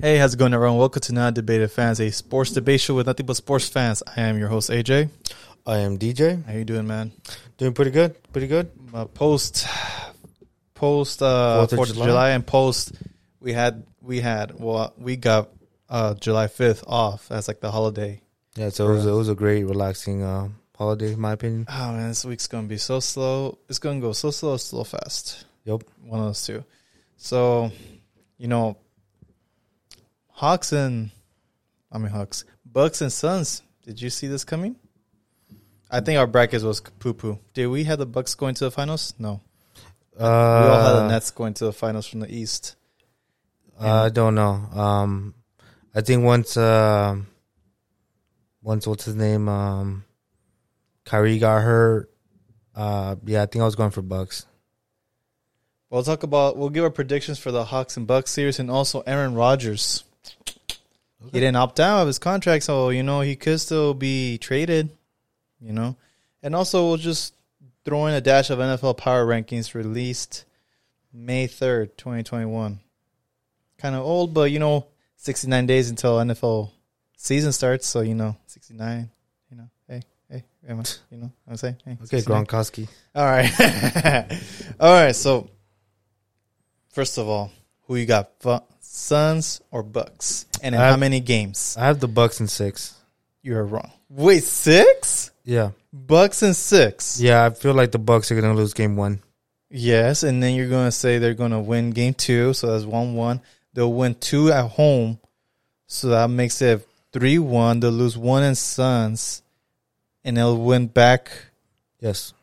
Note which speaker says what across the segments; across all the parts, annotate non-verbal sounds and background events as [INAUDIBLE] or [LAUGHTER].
Speaker 1: Hey, how's it going, everyone? Welcome to Not Debated Fans, a sports debate show with nothing but sports fans. I am your host, AJ.
Speaker 2: I am DJ.
Speaker 1: How you doing, man?
Speaker 2: Doing pretty good. Pretty good.
Speaker 1: Uh, post, post uh,
Speaker 2: Fourth of
Speaker 1: Fourth of July.
Speaker 2: July.
Speaker 1: and post, we had we had well, we got uh, July fifth off as like the holiday.
Speaker 2: Yeah, so it was, it was a great, relaxing uh, holiday, in my opinion.
Speaker 1: Oh man, this week's gonna be so slow. It's gonna go so slow, slow fast.
Speaker 2: Yep.
Speaker 1: one of those two. So, you know, Hawks and I mean Hawks, Bucks and Suns. Did you see this coming? I think our brackets was poo poo. Did we have the Bucks going to the finals? No,
Speaker 2: Uh,
Speaker 1: we all had the Nets going to the finals from the East.
Speaker 2: I don't know. Um, I think once, uh, once what's his name, um, Kyrie got hurt. Uh, yeah, I think I was going for Bucks.
Speaker 1: We'll talk about. We'll give our predictions for the Hawks and Bucks series, and also Aaron Rodgers. He didn't opt out of his contract, so you know he could still be traded. You know, and also we'll just throw in a dash of NFL Power Rankings released May third, twenty twenty one. Kind of old, but you know, sixty nine days until NFL season starts, so you know, sixty nine. You know, hey, hey, am I- you know, what I'm saying, hey,
Speaker 2: Okay,
Speaker 1: 69.
Speaker 2: Gronkowski.
Speaker 1: All right. [LAUGHS] all right. So, first of all, who you got? Fu- Suns or Bucks? And in
Speaker 2: I-
Speaker 1: how many games?
Speaker 2: I have the Bucks in six.
Speaker 1: You are wrong. Wait, six?
Speaker 2: Yeah,
Speaker 1: Bucks and six?
Speaker 2: yeah. I feel like the Bucks are gonna lose game one.
Speaker 1: Yes. And then you're going to say they're going to win game two. So that's 1 1. They'll win two at home. So that makes it 3 1. They'll lose one in Suns. And they'll win back.
Speaker 2: Yes.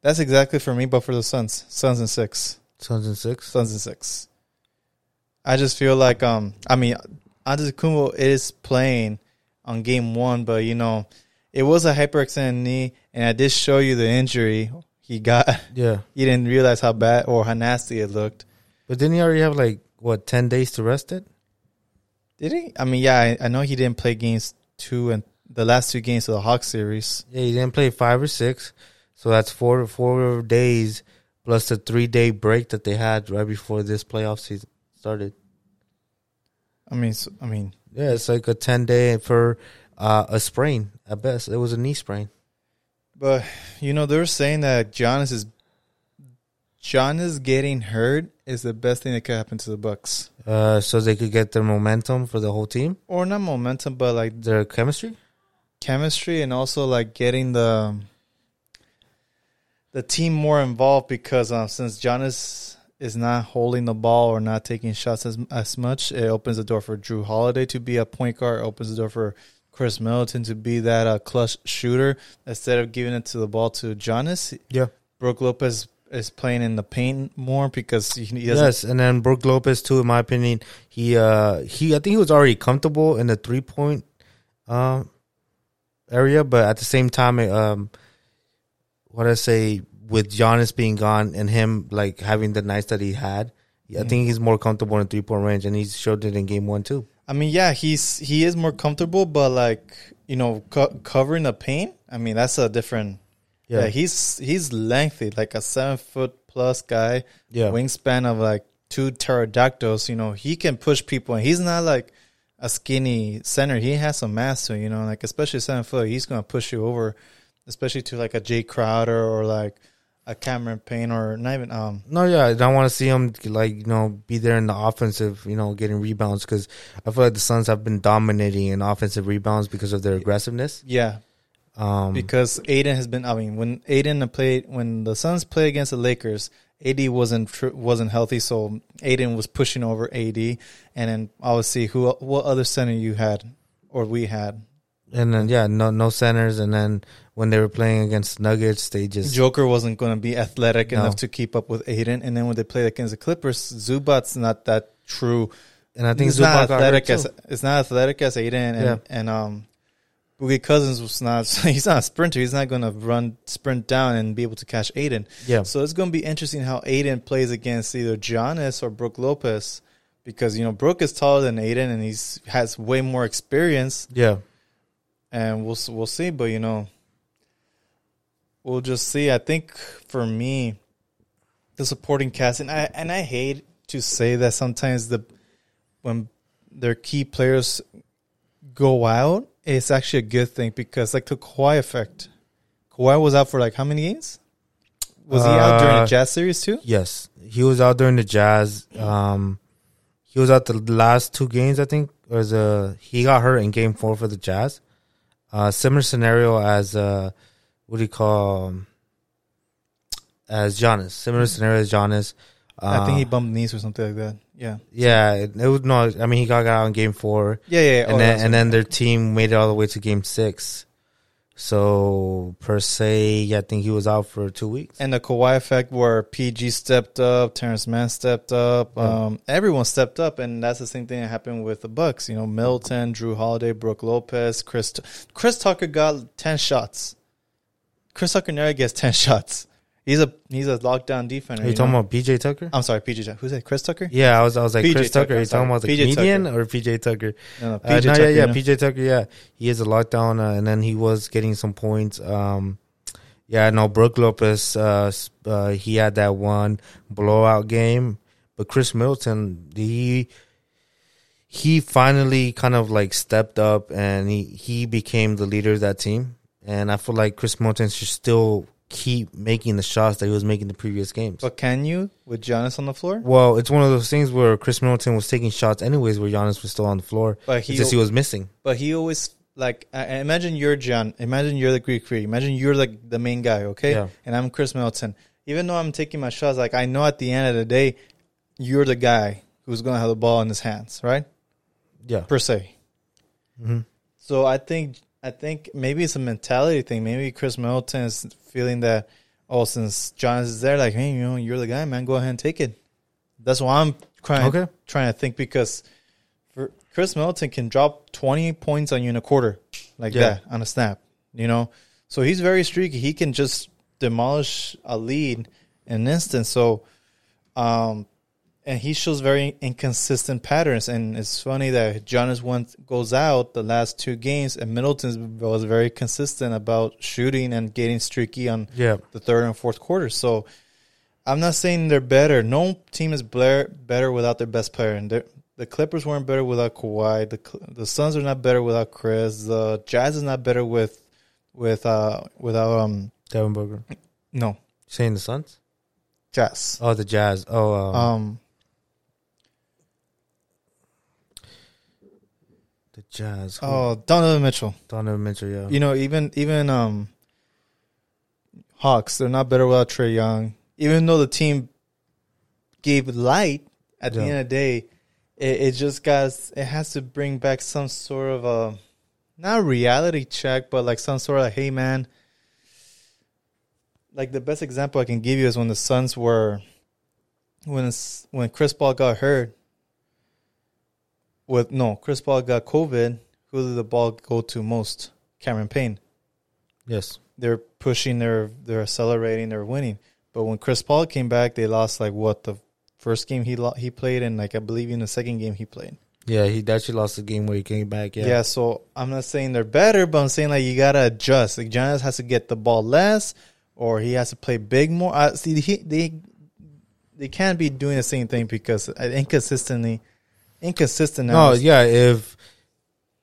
Speaker 1: That's exactly for me, but for the Suns. Suns and six.
Speaker 2: Suns in six.
Speaker 1: Suns and six. I just feel like um I mean Antetokounmpo is playing on game one, but you know it was a hyperextended knee, and I did show you the injury he got. [LAUGHS]
Speaker 2: Yeah,
Speaker 1: He didn't realize how bad or how nasty it looked,
Speaker 2: but didn't he already have like what ten days to rest it?
Speaker 1: did he? I mean, yeah, I, I know he didn't play games two and the last two games of the Hawks series.
Speaker 2: Yeah, he didn't play five or six, so that's four four days plus the three day break that they had right before this playoff season started.
Speaker 1: I mean, so, I mean,
Speaker 2: Yeah, it's like a ten day for uh, a sprain at best. It was a knee sprain.
Speaker 1: But you know, they're saying that Giannis is Giannis getting hurt is the best thing that could happen to the Bucks,
Speaker 2: Uh, so they could get their momentum for the whole team,
Speaker 1: or not momentum, but like
Speaker 2: their chemistry.
Speaker 1: chemistry and also like getting the the team more involved because um, since Giannis is not holding the ball or not taking shots as as much, it opens the door for Drew Holiday to be a point guard. It opens the door for Chris Middleton to be that uh, clutch shooter instead of giving it to the ball to Giannis.
Speaker 2: Yeah.
Speaker 1: Brooke Lopez is playing in the paint more because he he doesn't.
Speaker 2: Yes, and then Brooke Lopez too. In my opinion, he uh he I think he was already comfortable in the three point um area, but at the same time, it, um, what I say with Giannis being gone and him like having the nights that he had, I think he's more comfortable in three point range, and he showed it in game one too.
Speaker 1: I mean, yeah, he's he is more comfortable, but like you know, co- covering the paint. I mean, that's a different. Yeah.
Speaker 2: Yeah.
Speaker 1: he's he's lengthy, like a seven foot plus guy.
Speaker 2: Yeah.
Speaker 1: wingspan of like two pterodactyls. You know, he can push people, and he's not like a skinny center. He has some mass to, you know, like especially seven foot. He's gonna push you over, especially to like a Jay Crowder or like a Cameron Payne or not even um
Speaker 2: No, yeah, I don't want to see him like you know be there in the offensive, you know, getting rebounds because I feel like the Suns have been dominating in offensive rebounds because of their aggressiveness.
Speaker 1: yeah
Speaker 2: Um,
Speaker 1: because Aiden has been. I mean, when Aiden played, when the Suns played against the Lakers, AD wasn't tr- wasn't healthy, so Aiden was pushing over AD, and then obviously, who what other center you had or we had?
Speaker 2: And then yeah, no no centers. And then when they were playing against Nuggets, they just
Speaker 1: Joker wasn't going to be athletic
Speaker 2: No.
Speaker 1: enough to keep up with Aiden, and then when they played against the Clippers, Zubat's not that true.
Speaker 2: and I
Speaker 1: it's
Speaker 2: think
Speaker 1: not
Speaker 2: Zubac got hurt
Speaker 1: athletic
Speaker 2: too.
Speaker 1: as it's not athletic as Aiden and
Speaker 2: Yeah.
Speaker 1: and um Boogie Cousins was not [LAUGHS] he's not a sprinter. He's not gonna run sprint down and be able to catch Aiden.
Speaker 2: Yeah.
Speaker 1: So it's gonna be interesting how Aiden plays against either Giannis or Brooke Lopez because you know Brooke is taller than Aiden and he's has way more experience
Speaker 2: yeah.
Speaker 1: and we'll s- we'll see. But you know, we'll just see. I think for me, the supporting cast, and I and I hate to say that sometimes the when their key players go out, it's actually a good thing because like the Kawhi effect. Kawhi was out for like how many games? Was he out during
Speaker 2: Uh,
Speaker 1: the Jazz series too?
Speaker 2: Yes, he was out during the Jazz. Um, he was out the last two games, I think, or the he got hurt in Game Four for the Jazz. Uh, similar scenario as uh, what do you call um, as Giannis? Similar scenario as Giannis. Uh,
Speaker 1: I think he bumped knees or something like that. Yeah.
Speaker 2: yeah, it, it was no. I mean, he got out in Game Four
Speaker 1: Yeah, yeah. yeah. Oh,
Speaker 2: and then
Speaker 1: that's
Speaker 2: and
Speaker 1: right.
Speaker 2: then their team made it all the way to game six. So per se, yeah, I think he was out for two weeks.
Speaker 1: and the Kawhi effect where PG stepped up, Terrence Mann stepped up, um, everyone stepped up, and that's the same thing that happened with the Bucks. You know, Milton, Drew Holiday, Brooke Lopez, Chris Chris Tucker got ten shots. Chris Tucker never gets ten [LAUGHS] shots. He's a he's a lockdown defender.
Speaker 2: Are you
Speaker 1: you
Speaker 2: talking
Speaker 1: know?
Speaker 2: about PJ Tucker?
Speaker 1: I'm sorry, PG. Tucker. Who's that? Chris Tucker?
Speaker 2: yeah, I was I was like
Speaker 1: PJ
Speaker 2: Chris
Speaker 1: Uh, Tucker,
Speaker 2: Tucker. Are you
Speaker 1: I'm sorry.
Speaker 2: talking about the
Speaker 1: PJ
Speaker 2: comedian
Speaker 1: Tucker.
Speaker 2: or PJ Tucker?
Speaker 1: No, no,
Speaker 2: Uh,
Speaker 1: PJ
Speaker 2: no,
Speaker 1: Tucker.
Speaker 2: yeah,
Speaker 1: you
Speaker 2: yeah,
Speaker 1: know?
Speaker 2: PJ Tucker. Yeah, he is a lockdown, uh, and then he was getting some points. Um, yeah, no, Brooke Lopez. Uh, s- uh, he had that one blowout game, but Chris Middleton, he he finally kind of like stepped up, and he he became the leader of that team. And I feel like Chris Middleton should still keep making the shots that he was making the previous games.
Speaker 1: But can you with Giannis on the floor?
Speaker 2: Well, it's one of those things where Chris Middleton was taking shots anyways, where Giannis was still on the floor.
Speaker 1: But
Speaker 2: It's
Speaker 1: he
Speaker 2: just he was missing.
Speaker 1: but he always like I I imagine you're John. Imagine you're the Greek Creek. Imagine you're like the main guy, okay?
Speaker 2: Yeah.
Speaker 1: And I'm Chris Middleton. Even though I'm taking my shots, like I know at the end of the day, you're the guy who's gonna have the ball in his hands, right?
Speaker 2: Yeah.
Speaker 1: Per se.
Speaker 2: hmm
Speaker 1: So I think I think maybe it's a mentality thing. Maybe Chris Middleton is feeling that oh, since John is there, like hey, you know, you're the guy, man. Go ahead and take it. That's what I'm trying
Speaker 2: Okay.
Speaker 1: trying to think because for Chris Middleton can drop 20 points on you in a quarter like
Speaker 2: Yeah.
Speaker 1: that on a snap, you know. So he's very streaky. He can just demolish a lead in an instant. So, um, and he shows very inconsistent patterns. And it's funny that Giannis once goes out the last two games, and Middleton was very consistent about shooting and getting streaky on
Speaker 2: Yeah.
Speaker 1: the third and fourth quarter. So I'm not saying they're better. No team is Blair better without their best player. And they're- the Clippers weren't better without Kawhi. The Cl- the Suns are not better without Chris. The Jazz is not better with with uh without um
Speaker 2: Devin Booker.
Speaker 1: no
Speaker 2: Saying the Suns?
Speaker 1: Jazz.
Speaker 2: Oh, the Jazz. Oh, um,
Speaker 1: Um
Speaker 2: the Jazz. Who-
Speaker 1: oh Donovan Mitchell.
Speaker 2: Donovan Mitchell. Yeah.
Speaker 1: You know even even um Hawks they're not better without Trey Young. Even though the team gave light at the
Speaker 2: Yeah.
Speaker 1: end of the day, it, it just got it has to bring back some sort of a not reality check, but like some sort of hey man. Like the best example I can give you is when the Suns were when it's- when Chris Paul got hurt. With no, Chris Paul got COVID. Who did the ball go to most? Cameron Payne
Speaker 2: yes.
Speaker 1: they're pushing, they're they're accelerating, they're winning. But when Chris Paul came back, they lost like what the first game he lo- he played, and like I believe in the second game he played.
Speaker 2: Yeah, he actually lost the game where he came back.
Speaker 1: Yeah.
Speaker 2: Yeah.
Speaker 1: so I'm not saying they're better, but I'm saying like you gotta adjust. Like Giannis has to get the ball less, or he has to play big more. I see, he, they they can't be doing the same thing because uh, inconsistently, inconsistent.
Speaker 2: No,
Speaker 1: numbers.
Speaker 2: yeah. If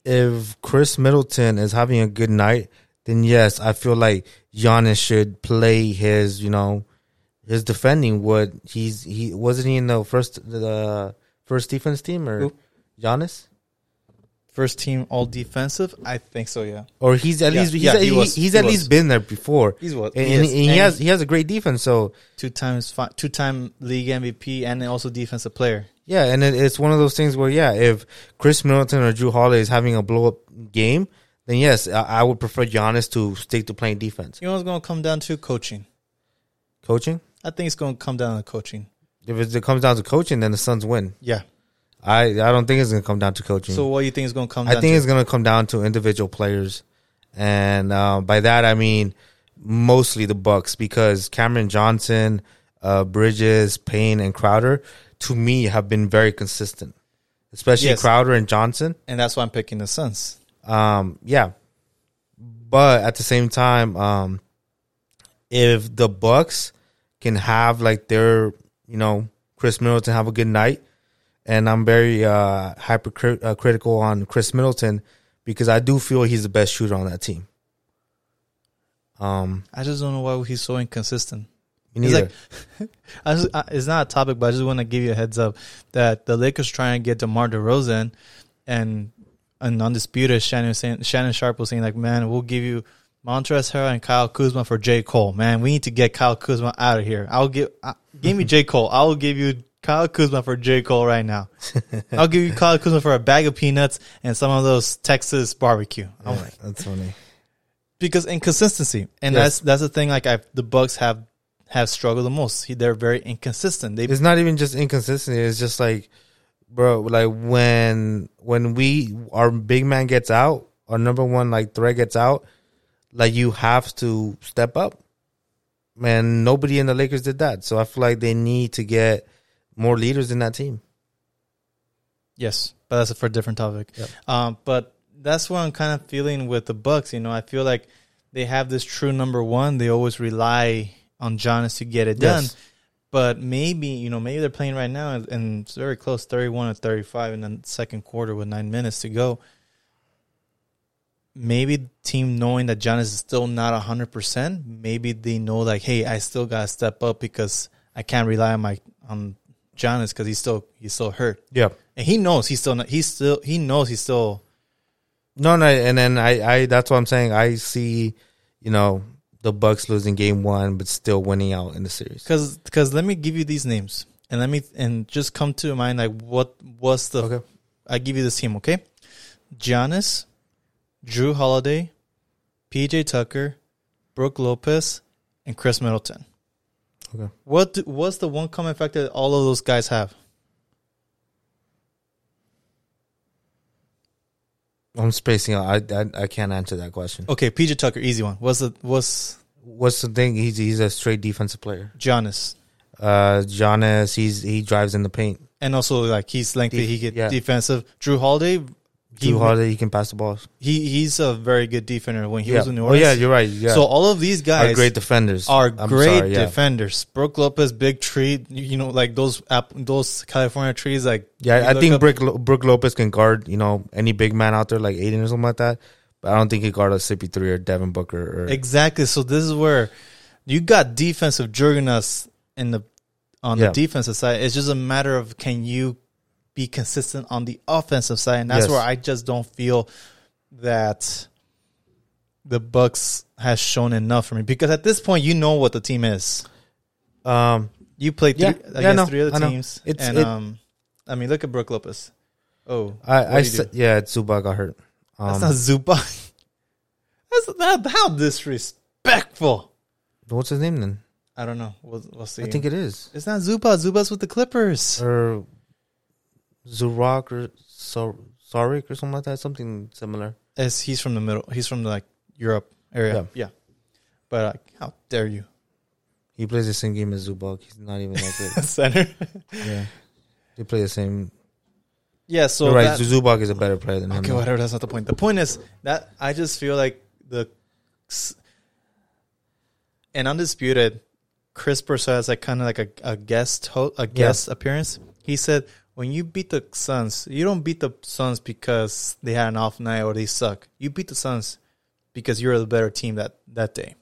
Speaker 2: if Chris Middleton is having a good night, then yes, I feel like Giannis should play his, you know, his defending. What he's he wasn't he in the first the uh, first defense team or
Speaker 1: Who?
Speaker 2: Giannis
Speaker 1: first team all defensive. I think so. Yeah,
Speaker 2: or he's at
Speaker 1: Yeah,
Speaker 2: least he's,
Speaker 1: yeah,
Speaker 2: at,
Speaker 1: he
Speaker 2: he-
Speaker 1: was,
Speaker 2: he's
Speaker 1: he
Speaker 2: at
Speaker 1: was.
Speaker 2: least been there before.
Speaker 1: he's what
Speaker 2: and, and he, and he has he has a great defense. So
Speaker 1: two times fi- two time league MVP and also defensive player.
Speaker 2: yeah, and it, it's one of those things where yeah, if Chris Middleton or Drew Holiday is having a blow up game, then yes, I, I would prefer Giannis to stick to playing defense.
Speaker 1: You know what's going to come down to coaching.
Speaker 2: Coaching,
Speaker 1: I think it's going to come down to coaching.
Speaker 2: if it, it comes down to coaching, then the Suns win.
Speaker 1: Yeah.
Speaker 2: I I don't think it's gonna come down to coaching.
Speaker 1: So what do you think is going to come?
Speaker 2: I
Speaker 1: down
Speaker 2: think
Speaker 1: to?
Speaker 2: it's gonna come down to individual players, and uh, by that I mean mostly the Bucks because Cameron Johnson, uh, Bridges, Payne, and Crowder to me have been very consistent, especially
Speaker 1: Yes.
Speaker 2: Crowder and Johnson.
Speaker 1: and that's why I'm picking the Suns.
Speaker 2: Um, yeah, but at the same time, um, if the Bucks can have like their you know Chris Middleton have a good night, and I'm very uh, hypercritical uh, critical on Chris Middleton because I do feel he's the best shooter on that team. Um,
Speaker 1: I just don't know why he's so inconsistent.
Speaker 2: me
Speaker 1: He's
Speaker 2: neither.
Speaker 1: like, I just, I, it's not a topic, but I just want to give you a heads up that the Lakers trying to get DeMar DeRozan, and and undisputed Shannon saying, Shannon Sharp was saying like, man, we'll give you Montrezl Harrell and Kyle Kuzma for J Cole. Man, we need to get Kyle Kuzma out of here. I'll give uh, give me J Cole. I will give you Kyle Kuzma for J Cole right now. I'll give you Kyle Kuzma for a bag of peanuts and some of those Texas barbecue. I'm like,
Speaker 2: That's funny.
Speaker 1: because inconsistency, and
Speaker 2: Yes.
Speaker 1: that's that's the thing. Like I, the Bucks have have struggled the most. He- They're very inconsistent. They
Speaker 2: It's not even just inconsistency. It's just like, bro, like when when we our big man gets out, our number one like threat gets out, like you have to step up. Man, nobody in the Lakers did that, so I feel like they need to get more leaders in that team.
Speaker 1: yes, but that's for a different topic.
Speaker 2: Yep.
Speaker 1: Um, but that's what I'm kind of feeling with the Bucks. You know, I feel like they have this true number one. They always rely on Giannis to get it done.
Speaker 2: Yes.
Speaker 1: But maybe you know, maybe they're playing right now, and- and it's very close, thirty-one to thirty-five in the second quarter with nine minutes to go. Maybe the team knowing that Giannis is still not hundred percent, maybe they know like, hey, I still gotta step up because I can't rely on my on Giannis because he's still he's still hurt,
Speaker 2: Yeah.
Speaker 1: and he knows he's still not, he's still he knows he's still
Speaker 2: No, no, and then I, I that's what I'm saying. I see, you know, the Bucks losing game one, but still winning out in the series.
Speaker 1: because because let me give you these names and let me and just come to mind like what was the
Speaker 2: Okay.
Speaker 1: I give you this team, okay? Giannis, Drew Holiday, PJ Tucker, Brooke Lopez, and Chris Middleton.
Speaker 2: Okay.
Speaker 1: What do, what's the one common factor that all of those guys have?
Speaker 2: I'm spacing out. I, I I can't answer that question.
Speaker 1: Okay, PJ Tucker, easy one. What's the what's
Speaker 2: What's the thing? He's he's a straight defensive player.
Speaker 1: Giannis?
Speaker 2: Uh, Giannis, he's he drives in the paint.
Speaker 1: And also like he's lengthy,
Speaker 2: Def-
Speaker 1: he get
Speaker 2: yeah.
Speaker 1: defensive. Drew Holiday, he,
Speaker 2: Too hard. He can pass the balls.
Speaker 1: he he's a very good defender when he
Speaker 2: yeah.
Speaker 1: was in New
Speaker 2: oh
Speaker 1: Orleans.
Speaker 2: yeah, you're right. Yeah,
Speaker 1: So all of these guys
Speaker 2: are great defenders.
Speaker 1: are
Speaker 2: I'm
Speaker 1: great
Speaker 2: sorry, yeah.
Speaker 1: defenders. Brooke Lopez, big tree, you, you know, like those app, those California trees. Like, you
Speaker 2: Yeah, I
Speaker 1: look
Speaker 2: think
Speaker 1: up-
Speaker 2: Brooke, Lo- Brooke Lopez can guard. You know, any big man out there like Aiden or something like that. But I don't think he guard a CP three or Devin Booker. Or,
Speaker 1: exactly. So this is where you got defensive juggernauts in the on
Speaker 2: Yeah.
Speaker 1: the defensive side. It's just a matter of can you be consistent on the offensive side, and that's
Speaker 2: Yes.
Speaker 1: where I just don't feel that the Bucks has shown enough for me because at this point you know what the team is.
Speaker 2: um,
Speaker 1: You played three,
Speaker 2: Yeah. Yeah,
Speaker 1: against
Speaker 2: I know.
Speaker 1: three other
Speaker 2: I know.
Speaker 1: teams,
Speaker 2: It's-
Speaker 1: and
Speaker 2: it-
Speaker 1: um, I mean, look at Brooke Lopez. Oh,
Speaker 2: I, I
Speaker 1: do you
Speaker 2: sa- yeah, Zubac got hurt.
Speaker 1: That's
Speaker 2: Um,
Speaker 1: not Zubac. [LAUGHS] That's not how disrespectful.
Speaker 2: what's his name then?
Speaker 1: I don't know. We'll, we'll see.
Speaker 2: I think it is
Speaker 1: it's not Zubac. Zubac's with the Clippers.
Speaker 2: or Zurak or Sar- Sarik or something like that. Something similar.
Speaker 1: As he's from the middle. He's from like Europe area. Yeah. But like, how dare you, [LAUGHS]
Speaker 2: He plays the same game as Zubac. He's not even that good.
Speaker 1: center? [LAUGHS]
Speaker 2: yeah, they play the same.
Speaker 1: yeah. So
Speaker 2: You're right,
Speaker 1: that-
Speaker 2: Zubac is a better player than him.
Speaker 1: okay,
Speaker 2: though.
Speaker 1: whatever. That's not the point. The point is that I just feel like the and undisputed Chris Broussard has like kind of like a, a guest ho- a guest appearance. He said when you beat the Suns, you don't beat the Suns because they had an off night or they suck. You beat the Suns because you're the better team that that day.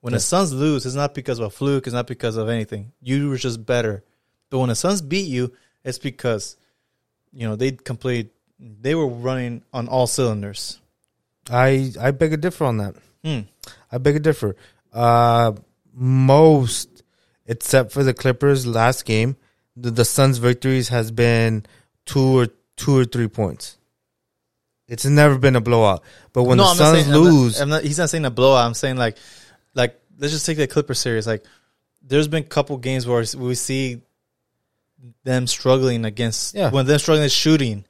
Speaker 1: When the
Speaker 2: Yeah.
Speaker 1: Suns lose, it's not because of a fluke. It's not because of anything. You were just better. But when the Suns beat you, it's because you know they complete. They were running on all cylinders.
Speaker 2: I I beg a differ on that.
Speaker 1: Hmm.
Speaker 2: I beg a differ. Uh, most, except for the Clippers last game, the, the Suns' victories has been two or two or three points. It's never been a blowout. But when the Suns
Speaker 1: saying,
Speaker 2: lose,
Speaker 1: I'm not, he's not saying a blowout. I'm saying like, like let's just take the Clipper series. Like, there's been a couple games where we see them struggling against
Speaker 2: Yeah.
Speaker 1: when they're struggling shooting,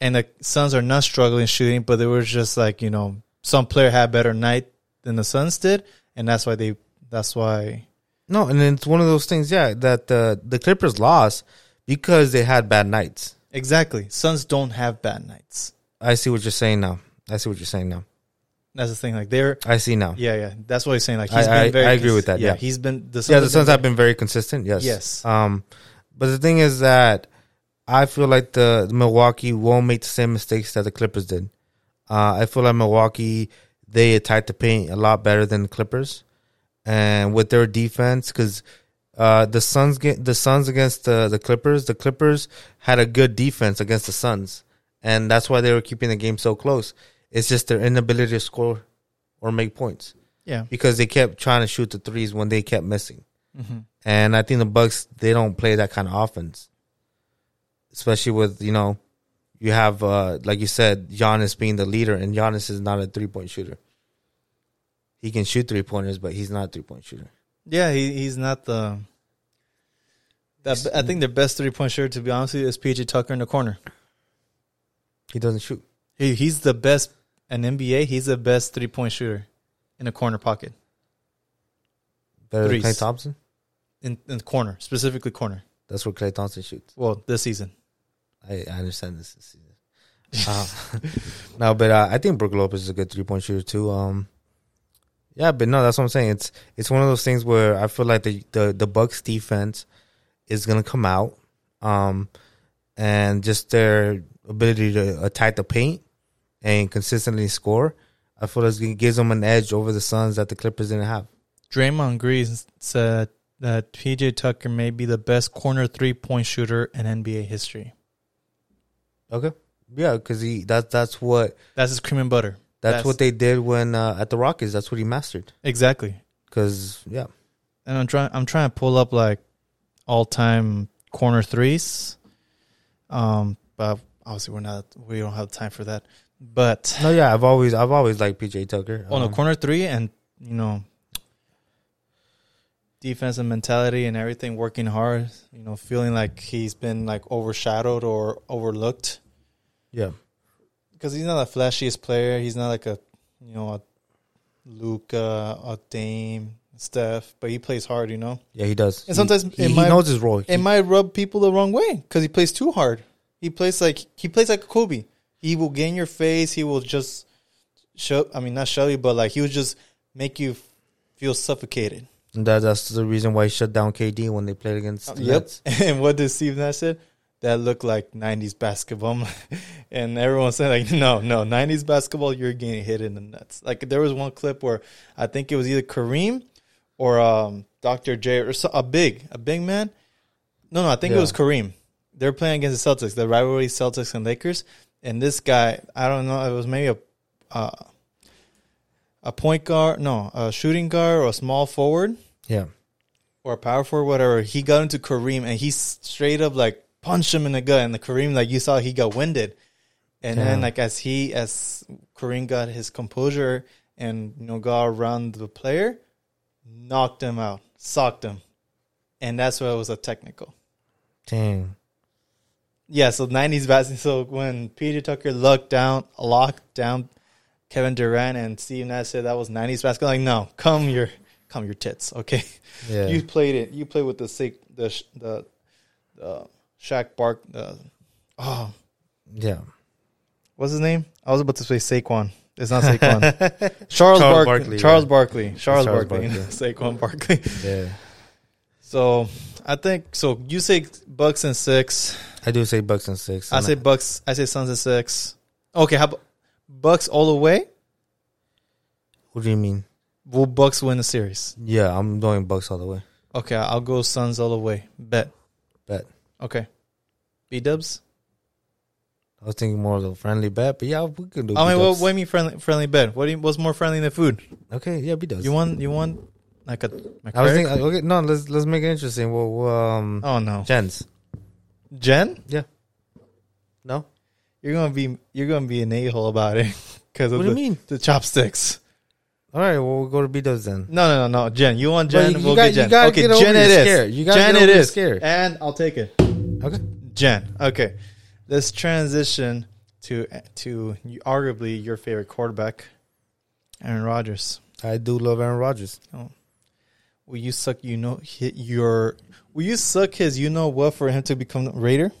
Speaker 1: and the Suns are not struggling shooting, but they were just like you know some player had better night than the Suns did, and that's why they. That's why.
Speaker 2: no, and it's one of those things. Yeah, that the the Clippers lost because they had bad nights.
Speaker 1: Exactly. Suns don't have bad nights.
Speaker 2: I see what you're saying now. I see what you're saying now.
Speaker 1: That's the thing. Like they're
Speaker 2: I see now. Yeah,
Speaker 1: yeah, yeah. That's what he's saying. Like
Speaker 2: I-
Speaker 1: he's
Speaker 2: I-
Speaker 1: been very
Speaker 2: I agree with
Speaker 1: cons-
Speaker 2: that, yeah.
Speaker 1: he's been the
Speaker 2: the Suns have been very consistent. Yes.
Speaker 1: Yes.
Speaker 2: Um, but the thing is that I feel like the, the Milwaukee won't make the same mistakes that the Clippers did. Uh, I feel like Milwaukee they attacked the paint a lot better than the Clippers, and with their defense, because uh, the Suns get the Suns against the the Clippers, the Clippers had a good defense against the Suns, and that's why they were keeping the game so close. It's just their inability to score or make points
Speaker 1: Yeah.
Speaker 2: because they kept trying to shoot the threes when they kept missing. And I think the Bucks they don't play that kind of offense, especially with you know you have uh, like you said Giannis being the leader, and Giannis is not a three point shooter. He can shoot three pointers, but he's not a three point shooter.
Speaker 1: Yeah, he, he's not the. That, I think the best three point shooter, to be honest with you, is PJ Tucker in the corner.
Speaker 2: He doesn't shoot.
Speaker 1: He, he's the best in NBA. He's the best three point shooter in the corner pocket,
Speaker 2: Better
Speaker 1: Threes.
Speaker 2: than Clay Thompson.
Speaker 1: in, in the corner specifically corner.
Speaker 2: That's where Clay Thompson shoots.
Speaker 1: Well, this season.
Speaker 2: I, I understand this. this season. Uh, [LAUGHS] no, but uh, I think Brooke Lopez is a good three point shooter too. Um, yeah, but no, that's what I'm saying. It's it's one of those things where I feel like the the, the Bucks defense is gonna come out, um, and just their ability to attack the paint and consistently score. I feel like it gives them an edge over the Suns that the Clippers didn't have.
Speaker 1: Draymond Green said that PJ Tucker may be the best corner three point shooter in NBA history.
Speaker 2: Okay, yeah, because he that's that's what
Speaker 1: That's his cream and butter.
Speaker 2: that's, what they did when uh, at the Rockets. That's what he mastered.
Speaker 1: exactly.
Speaker 2: Because yeah.
Speaker 1: And I'm trying. I'm trying to pull up like all time corner threes. Um, but obviously we're not. We don't have time for that. But
Speaker 2: No, yeah, I've always I've always liked PJ Tucker.
Speaker 1: well, no
Speaker 2: Um,
Speaker 1: corner three and you know defense and mentality and everything working hard you know feeling like he's been like overshadowed or overlooked
Speaker 2: yeah,
Speaker 1: because he's not the flashiest player. He's not like a you know a Luca, a Dame, Steph, but he plays hard. You know,
Speaker 2: yeah, he does.
Speaker 1: And sometimes
Speaker 2: he,
Speaker 1: it
Speaker 2: he, he
Speaker 1: might-
Speaker 2: knows his role. He-
Speaker 1: it might rub people the wrong way because he plays too hard. He plays like he plays like Kobe. He will get in your face. He will just show. I mean, not show you, but like he will just make you feel suffocated.
Speaker 2: and that, that's the reason why he shut down KD when they played
Speaker 1: Oh,
Speaker 2: against. the Nets.
Speaker 1: [LAUGHS] And what did Steve Nash said? That looked like '90s basketball, [LAUGHS] and everyone said like, "No, no, '90s basketball, you're getting hit in the nuts." Like there was one clip where I think it was either Kareem or um, Dr. J or so, a big, a big man. No, no, I think it
Speaker 2: Yeah.
Speaker 1: was Kareem. They're playing against the Celtics, the rivalry Celtics and Lakers, and this guy, I don't know, it was maybe a uh, a point guard, no, a shooting guard or a small forward
Speaker 2: Yeah,
Speaker 1: or a power forward, whatever, he got into Kareem and he straight up like punched him in the gut. And the Kareem, like you saw, he got winded. And then
Speaker 2: Damn.
Speaker 1: like as he as Kareem got his composure and you know got around the player, knocked him out, socked him, and that's why it was a technical.
Speaker 2: dang.
Speaker 1: Yeah, so nineties basketball. So when Peter Tucker locked down, locked down Kevin Durant and Steve Nash said that was nineties basketball. Like, no, come your, come your tits, okay? [LAUGHS]
Speaker 2: Yeah.
Speaker 1: you played it. You played with the sick, the sh- the, uh, Shaq Bark. Uh, oh,
Speaker 2: Yeah,
Speaker 1: what's his name? I was about to say Saquon. It's not Saquon.
Speaker 2: [LAUGHS]
Speaker 1: Charles, Bark-
Speaker 2: Barkley,
Speaker 1: Charles
Speaker 2: yeah.
Speaker 1: Barkley. Charles,
Speaker 2: Charles
Speaker 1: Barkley.
Speaker 2: Barkley.
Speaker 1: [LAUGHS] Saquon Barkley.
Speaker 2: yeah.
Speaker 1: So I think so. You say Bucks and six.
Speaker 2: I do say Bucks and six.
Speaker 1: I
Speaker 2: and
Speaker 1: say Bucks. I say Suns and six. Okay, how about Bucks all the way?
Speaker 2: what do you mean?
Speaker 1: Will Bucks win the series?
Speaker 2: Yeah, I'm going Bucks all the way.
Speaker 1: Okay, I'll go Suns all the way. Bet.
Speaker 2: Bet.
Speaker 1: Okay. B Dubs.
Speaker 2: I was thinking more of a friendly bet, but yeah, we can do.
Speaker 1: I mean, what,
Speaker 2: B-dubs.
Speaker 1: what do you mean friendly friendly bet? What do you, what's more friendly than food?
Speaker 2: Okay, yeah, B does.
Speaker 1: You want you want like a like
Speaker 2: I was
Speaker 1: credit
Speaker 2: thinking. uh, Okay, no, let's let's make it interesting. Well, well, um,
Speaker 1: card? Oh no,
Speaker 2: Jens.
Speaker 1: Jen,
Speaker 2: No,
Speaker 1: you're gonna be you're gonna be an a hole about it because of
Speaker 2: what do
Speaker 1: the,
Speaker 2: you mean?
Speaker 1: the chopsticks.
Speaker 2: All right, well, we'll go to B does then.
Speaker 1: No, no, no, no. Jen, you want Jen?
Speaker 2: Well, you
Speaker 1: we'll
Speaker 2: got-
Speaker 1: get Jen.
Speaker 2: you gotta
Speaker 1: okay,
Speaker 2: get over
Speaker 1: Jen,
Speaker 2: your
Speaker 1: it is.
Speaker 2: scare. You gotta
Speaker 1: Jen,
Speaker 2: get over
Speaker 1: it
Speaker 2: your
Speaker 1: is.
Speaker 2: scare.
Speaker 1: And I'll take it.
Speaker 2: Okay.
Speaker 1: Jen. Okay, let's transition to to arguably your favorite quarterback, Aaron Rodgers.
Speaker 2: I do love Aaron Rodgers.
Speaker 1: Will you suck? You know, hit your. Will you suck his? You know what for him to become Raider?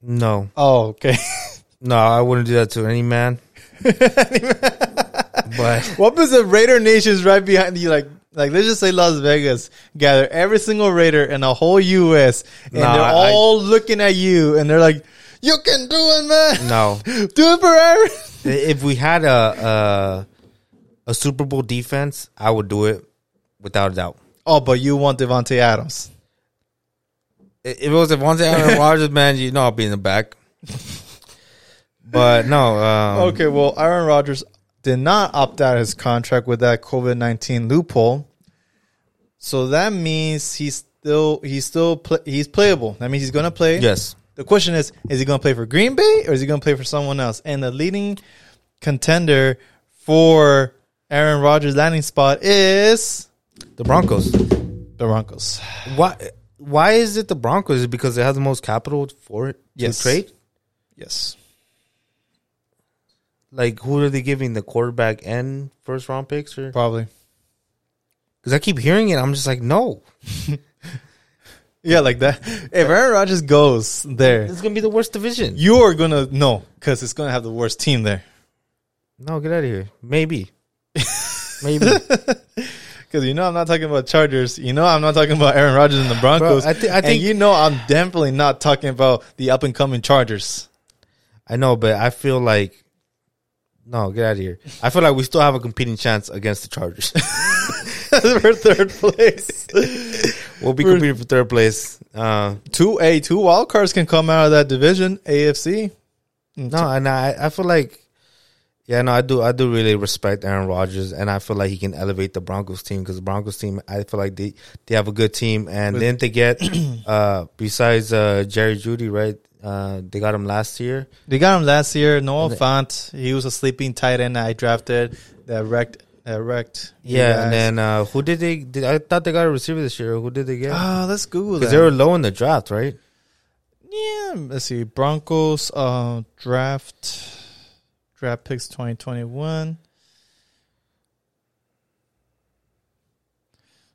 Speaker 2: No,
Speaker 1: Oh, okay. [LAUGHS]
Speaker 2: no, I wouldn't do that to any man. but
Speaker 1: what was the Raider Nation's right behind you? Like Like let's just say Las Vegas gather every single Raider in the whole U.S. and
Speaker 2: Nah,
Speaker 1: they're
Speaker 2: I-
Speaker 1: all looking at you and they're like, "You can do it, man!
Speaker 2: No.
Speaker 1: [LAUGHS] do it for Aaron."
Speaker 2: if we had a, a a Super Bowl defense, I would do it without a doubt.
Speaker 1: Oh, but you want Devontae Adams?
Speaker 2: If it was Devontae Aaron Rodgers, man, you know I'll be in the back. But no, um,
Speaker 1: Okay, well, Aaron Rodgers did not opt out of his contract with that COVID nineteen loophole, so that means he's still he's still pla he's playable. That means he's going to play.
Speaker 2: yes,
Speaker 1: The question is, is he going to play for Green Bay or is he going to play for someone else? And the leading contender for Aaron Rodgers' landing spot is
Speaker 2: the Broncos.
Speaker 1: the Broncos.
Speaker 2: Why? Why is it the Broncos? Is it because they have the most capital for it to
Speaker 1: Yes.
Speaker 2: trade?
Speaker 1: Yes.
Speaker 2: Like, who are they giving the quarterback and first round picks? Or
Speaker 1: Probably.
Speaker 2: because I keep hearing it, I'm just like, no,
Speaker 1: Yeah, like that. If Aaron Rodgers goes there,
Speaker 2: this is gonna be the worst division.
Speaker 1: you're going to know because it's going to have the worst team there.
Speaker 2: No, get out of here. Maybe, [LAUGHS] maybe.
Speaker 1: Because you know I'm not talking about Chargers. You know I'm not talking about Aaron Rodgers and the Broncos.
Speaker 2: I thi- I
Speaker 1: and
Speaker 2: think-
Speaker 1: you know I'm definitely not talking about the up and coming Chargers. [LAUGHS]
Speaker 2: I know, but I feel like no, get out of here. I feel like we still have a competing chance against the Chargers. [LAUGHS]
Speaker 1: We're third place.
Speaker 2: we'll be competing for third place. Uh,
Speaker 1: two a two wild cards can come out of that division AFC.
Speaker 2: no, and I, I feel like yeah, no, I do, I do really respect Aaron Rodgers, and I feel like he can elevate the Broncos team because the Broncos team, I feel like they they have a good team, and then they get [CLEARS THROAT] uh, besides uh, Jerry Judy, right? Uh, they got him last year.
Speaker 1: They got him last year. Noah Fant, he was a sleeping tight end I drafted that wrecked that wrecked. you
Speaker 2: Yeah,
Speaker 1: guys.
Speaker 2: and then uh, who did they? Did, I thought they got a receiver this year. Who did they get?
Speaker 1: ah, let's Google
Speaker 2: Because they
Speaker 1: that.
Speaker 2: were low in the draft, right?
Speaker 1: Yeah, let's see Broncos uh, draft draft picks twenty twenty one.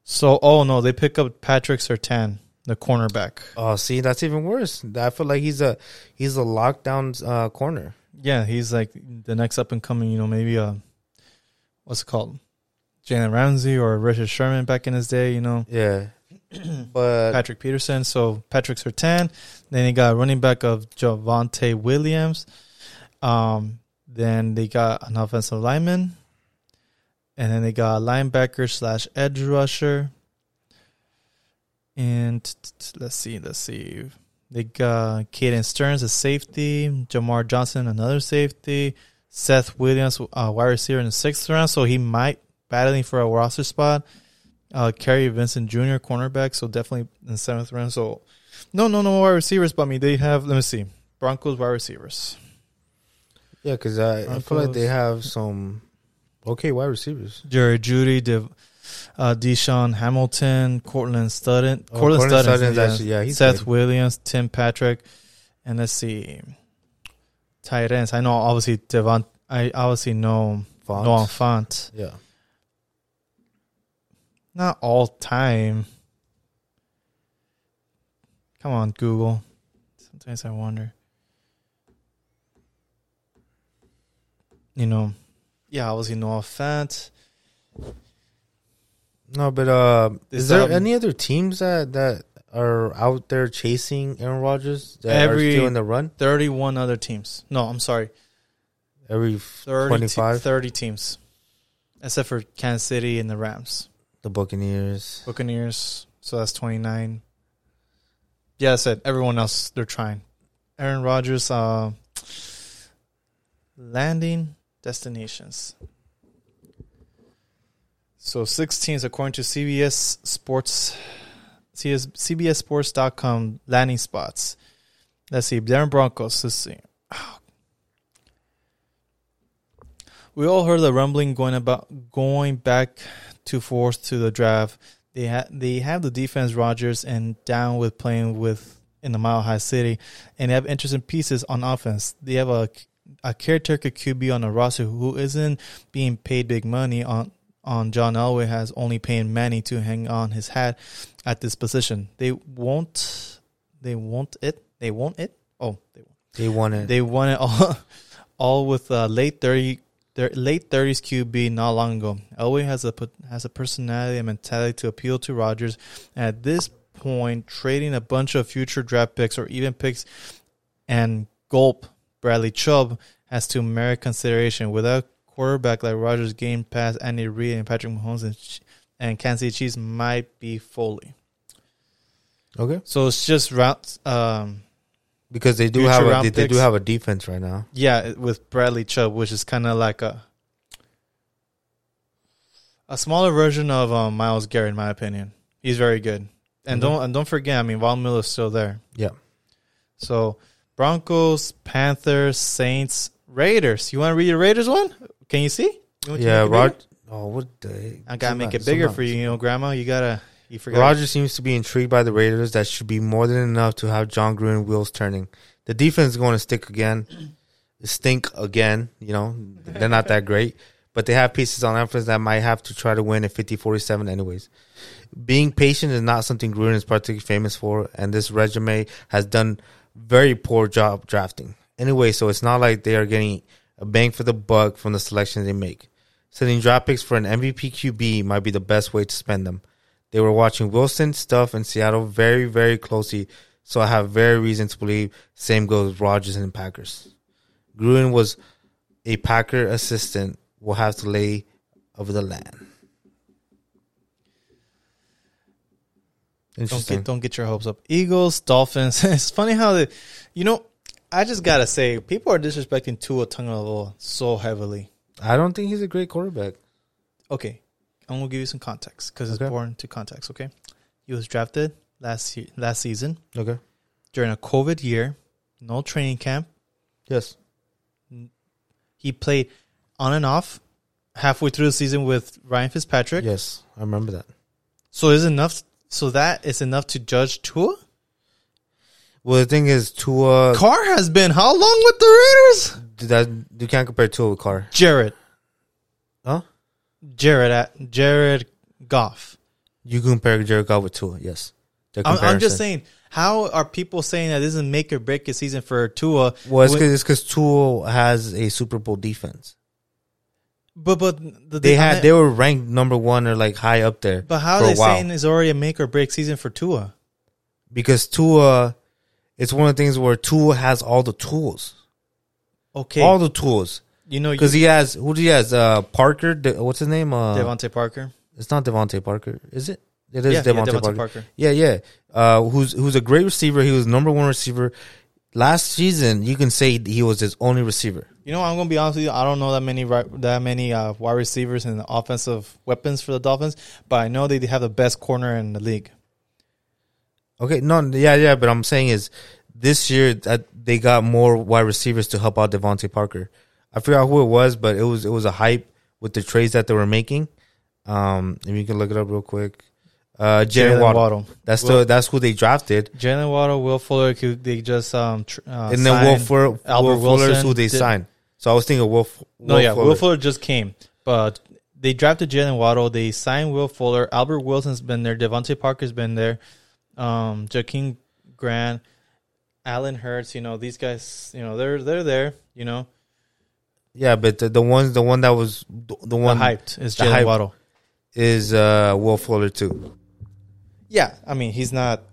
Speaker 1: So, oh no, they pick up Patrick Sertan, the cornerback.
Speaker 2: Oh, see, that's even worse. I feel like he's a he's a lockdown uh, corner.
Speaker 1: Yeah, he's like the next up and coming, you know, maybe uh what's it called? Jalen Ramsey or Richard Sherman back in his day, you know.
Speaker 2: [CLEARS THROAT] Yeah, but
Speaker 1: Patrick Peterson, so Patrick Sertan. Then they got running back of Javante Williams. Um, then they got an offensive lineman. And then they got a linebacker slash edge rusher. And t- t- let's see, let's see. They got Caden Stearns, a safety. Jamar Johnson, another safety. Seth Williams, uh, wide receiver in the sixth round. So he might battling for a roster spot uh Kerry Vincent Jr. cornerback, so definitely in seventh round. So no, no, no wide receivers, but I mean they have. Let me see, Broncos wide receivers.
Speaker 2: yeah, because I, I feel like they have some okay wide receivers.
Speaker 1: Jerry Judy, Dev, uh, Deshaun Hamilton, Cortland Studden,
Speaker 2: Oh,
Speaker 1: Cortland
Speaker 2: Cortland
Speaker 1: Sutton,
Speaker 2: Sutton's
Speaker 1: yeah.
Speaker 2: actually- yeah, he's
Speaker 1: Seth
Speaker 2: good.
Speaker 1: Williams, Tim Patrick, and let's see, tight ends. I know obviously Devon. I obviously know
Speaker 2: Font.
Speaker 1: Noah Font.
Speaker 2: Yeah,
Speaker 1: Not all time. Come on, Google. Sometimes I wonder. You know, yeah, obviously Noah Fant.
Speaker 2: no, but uh,
Speaker 1: Is
Speaker 2: is there
Speaker 1: that-
Speaker 2: any other teams that that are out there chasing Aaron Rodgers that
Speaker 1: Every-
Speaker 2: are still in the run?
Speaker 1: 31 other teams. No, I'm sorry.
Speaker 2: Every
Speaker 1: 30,
Speaker 2: twenty
Speaker 1: te-
Speaker 2: five,
Speaker 1: 30 teams. Except for Kansas City and the Rams.
Speaker 2: the Buccaneers.
Speaker 1: Buccaneers. So that's 29. Yeah, that's it. Everyone else, they're trying. Aaron Rodgers, uh, landing destinations. So six teams, according to CBS Sports, CS, CBSSports.com, landing spots. Let's see. Darren Broncos. Let's see. We all heard the rumbling going about going back to forth to the draft. They ha- they have the defense Rodgers and down with playing with in the Mile High City, and they have interesting pieces on offense. They have a a caretaker QB on the roster who isn't being paid big money on. On John Elway has only paying Manny to hang on his hat at this position. They won't. They want it. They want it. Oh, they
Speaker 2: They won
Speaker 1: [LAUGHS]
Speaker 2: it.
Speaker 1: they won it all, all with uh, late 30, thir- late 30s QB not long ago. Elway has a pot- has a personality and mentality to appeal to Rodgers. And at this point, trading a bunch of future draft picks or even picks and gulp Bradley Chubb has to merit consideration. Without quarterback like Rodgers, game pass Andy Reid and Patrick Mahomes and, Ch- and Kansas City Chiefs might be Foley.
Speaker 2: Okay,
Speaker 1: So it's just routes. Um,
Speaker 2: because they do
Speaker 1: Future
Speaker 2: have a,
Speaker 1: round
Speaker 2: they, they do
Speaker 1: picks.
Speaker 2: have a defense right now.
Speaker 1: Yeah, with Bradley Chubb, which is kind of like a a smaller version of um, Miles Garrett, in my opinion. He's very good, and
Speaker 2: Mhm.
Speaker 1: don't and don't forget, I mean, Von Miller's still there.
Speaker 2: Yeah.
Speaker 1: So Broncos, Panthers, Saints, Raiders. You want to read your Raiders one? Can you see? You want to
Speaker 2: Yeah,
Speaker 1: make it
Speaker 2: Rod.
Speaker 1: bigger?
Speaker 2: Oh, what the?
Speaker 1: I gotta make
Speaker 2: sometimes-
Speaker 1: it bigger
Speaker 2: sometimes.
Speaker 1: for you, you know, Grandma. You gotta. You forgot.
Speaker 2: Rogers seems to be intrigued by the Raiders. That should be more than enough to have John Gruden wheels turning. The defense is going to stick again, [CLEARS THROAT] stink again. You know they're not that great, but they have pieces on offense that might have to try to win at 50-47 anyways. Being patient is not something Gruden is particularly famous for, and this resume has done very poor job drafting. Anyway, so it's not like they are getting a bang for the buck from the selections they make. Sending draft picks for an MVP QB might be the best way to spend them. They were watching Wilson stuff in Seattle very, very closely, so I have very reason to believe same goes with Rodgers and Packers. Gruden was a Packer assistant, will have to lay over the land.
Speaker 1: Don't
Speaker 2: Interesting.
Speaker 1: get don't get your hopes up. Eagles, Dolphins. [LAUGHS] it's funny how they, you know, I just gotta say, people are disrespecting Tua Tagovailoa so heavily.
Speaker 2: I don't think he's a great quarterback.
Speaker 1: Okay, I'm gonna give you some context because it's
Speaker 2: Okay.
Speaker 1: important to context. Okay, he was drafted last se- last season
Speaker 2: Okay.
Speaker 1: during a COVID year, no training camp.
Speaker 2: Yes.
Speaker 1: He played on and off halfway through the season with Ryan Fitzpatrick.
Speaker 2: Yes. I remember that.
Speaker 1: So is enough. So that is enough to judge Tua.
Speaker 2: Well, the thing is, Tua,
Speaker 1: Carr has been how long with the Raiders?
Speaker 2: that, you can't compare Tua with Carr.
Speaker 1: Jared.
Speaker 2: Huh?
Speaker 1: Jared at Jared Goff.
Speaker 2: You can compare Jared Goff with Tua, yes. The
Speaker 1: I'm, I'm
Speaker 2: comparison.
Speaker 1: just saying, how are people saying that this is make or break a season for Tua?
Speaker 2: Well, it's
Speaker 1: Wh-
Speaker 2: because Tua has a Super Bowl defense.
Speaker 1: but but the,
Speaker 2: They
Speaker 1: the-
Speaker 2: had they were ranked number one or like high up there.
Speaker 1: but how
Speaker 2: for
Speaker 1: are
Speaker 2: a
Speaker 1: they
Speaker 2: while.
Speaker 1: saying it's already a make or break season for Tua?
Speaker 2: because Tua, it's one of the things where Tua has all the tools,
Speaker 1: Okay,
Speaker 2: all the tools.
Speaker 1: you know, you,
Speaker 2: Because he has who do he has? Uh, Parker. De- what's his name? Uh,
Speaker 1: Devontae Parker.
Speaker 2: It's not Devonte Parker, is it? It is
Speaker 1: Yeah, yeah,
Speaker 2: Devontae,
Speaker 1: Devontae
Speaker 2: Parker.
Speaker 1: Parker.
Speaker 2: Yeah, yeah. Uh, who's who's a great receiver? He was number one receiver last season. You can say he was his only receiver.
Speaker 1: You know, I'm gonna be honest with you. I don't know that many ri- that many uh, wide receivers and offensive weapons for the Dolphins, but I know they have the best corner in the league.
Speaker 2: Okay, no, yeah, yeah, but I'm saying is this year that they got more wide receivers to help out Devontae Parker. I forgot who it was, but it was it was a hype with the trades that they were making. Um, if you can look it up real quick, uh, Jalen
Speaker 1: Jalen
Speaker 2: Waddle.
Speaker 1: Waddle.
Speaker 2: That's
Speaker 1: Will-
Speaker 2: the that's who they drafted,
Speaker 1: Jalen Waddle, Will Fuller, who they just um tr- uh,
Speaker 2: and then Will
Speaker 1: signed.
Speaker 2: Fuller,
Speaker 1: Albert
Speaker 2: Will Fuller is
Speaker 1: Wilson
Speaker 2: who they
Speaker 1: did-
Speaker 2: signed. So I was thinking Will. F-
Speaker 1: No, yeah,
Speaker 2: Fuller.
Speaker 1: Will Fuller just came, but they drafted Jalen Waddle. They signed Will Fuller. Albert Wilson's been there. Devontae Parker's been there. Um, Jakeem Grant, Allen Hurts. You know these guys. You know they're they're there. You know
Speaker 2: Yeah, but the, the ones the one that was the, the
Speaker 1: Um, the
Speaker 2: one
Speaker 1: hyped is
Speaker 2: the
Speaker 1: Jalen
Speaker 2: hype.
Speaker 1: Waddle.
Speaker 2: is uh, Will Fuller too.
Speaker 1: Yeah, I mean he's not.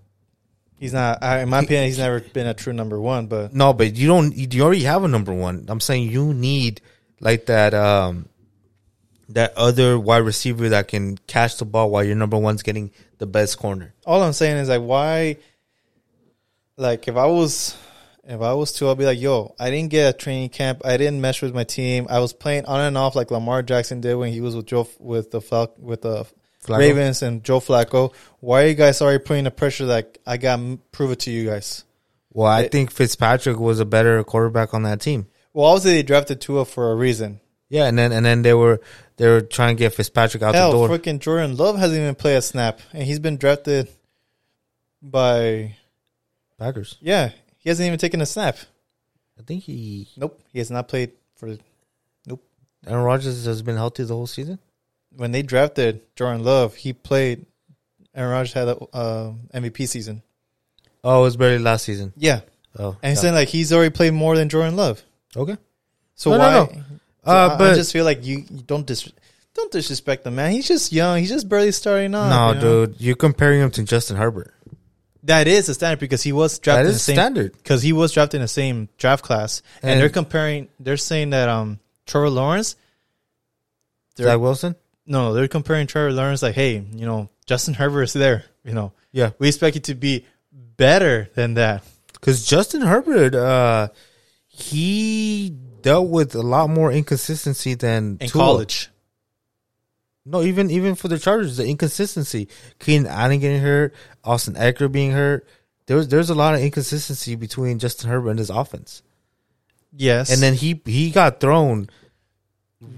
Speaker 1: He's not. I, in my opinion, he's never been a true number one. But
Speaker 2: No, but you don't. You already have a number one. I'm saying you need like that um that other wide receiver that can catch the ball while your number one's getting the best corner.
Speaker 1: all I'm saying is like why like if I was if I was two, I'd be like, yo, I didn't get a training camp. I didn't mesh with my team. I was playing on and off like Lamar Jackson did when he was with Joe with the Fal- with the
Speaker 2: Flacco?
Speaker 1: Ravens and Joe Flacco. Why are you guys already putting the pressure that I got prove it to you guys?
Speaker 2: Well, I think Fitzpatrick was a better quarterback on that team.
Speaker 1: Well, obviously they drafted Tua for a reason.
Speaker 2: Yeah, and then and then they were they were trying to get Fitzpatrick out
Speaker 1: Hell,
Speaker 2: the door.
Speaker 1: freaking Jordan Love hasn't even played a snap, and he's been drafted by
Speaker 2: Packers.
Speaker 1: yeah, he hasn't even taken a snap.
Speaker 2: I think he
Speaker 1: Nope, he has not played for
Speaker 2: Aaron Rodgers has been healthy the whole season.
Speaker 1: when they drafted Jordan Love, he played. Aaron Rodgers had a uh, MVP season.
Speaker 2: Oh, it was barely last season.
Speaker 1: Yeah,
Speaker 2: Oh,
Speaker 1: and he's
Speaker 2: yeah.
Speaker 1: saying like he's already played more than Jordan Love.
Speaker 2: okay.
Speaker 1: So
Speaker 2: No,
Speaker 1: why?
Speaker 2: no, no.
Speaker 1: I-
Speaker 2: Uh,
Speaker 1: I
Speaker 2: but
Speaker 1: just feel like you, you don't dis- don't disrespect the man. He's just young. He's just barely starting out.
Speaker 2: no,
Speaker 1: you know?
Speaker 2: dude, you're comparing him to Justin Herbert.
Speaker 1: That is a standard because he was drafted
Speaker 2: That
Speaker 1: in the
Speaker 2: is
Speaker 1: same
Speaker 2: standard.
Speaker 1: because he was drafted in the same draft class, and,
Speaker 2: And-
Speaker 1: they're comparing. They're saying that um Trevor Lawrence. They're-
Speaker 2: Zach Wilson.
Speaker 1: No, they're comparing Trevor Lawrence like, hey, you know, Justin Herbert is there. You know,
Speaker 2: Yeah,
Speaker 1: we expect you to be better than that.
Speaker 2: because Justin Herbert, uh, he dealt with a lot more inconsistency than
Speaker 1: in
Speaker 2: Tua.
Speaker 1: college.
Speaker 2: No, even even for the Chargers, the inconsistency. Keenan Allen getting hurt, Austin Eckler being hurt. There's there's a lot of inconsistency between Justin Herbert and his offense.
Speaker 1: Yes,
Speaker 2: And then he he got thrown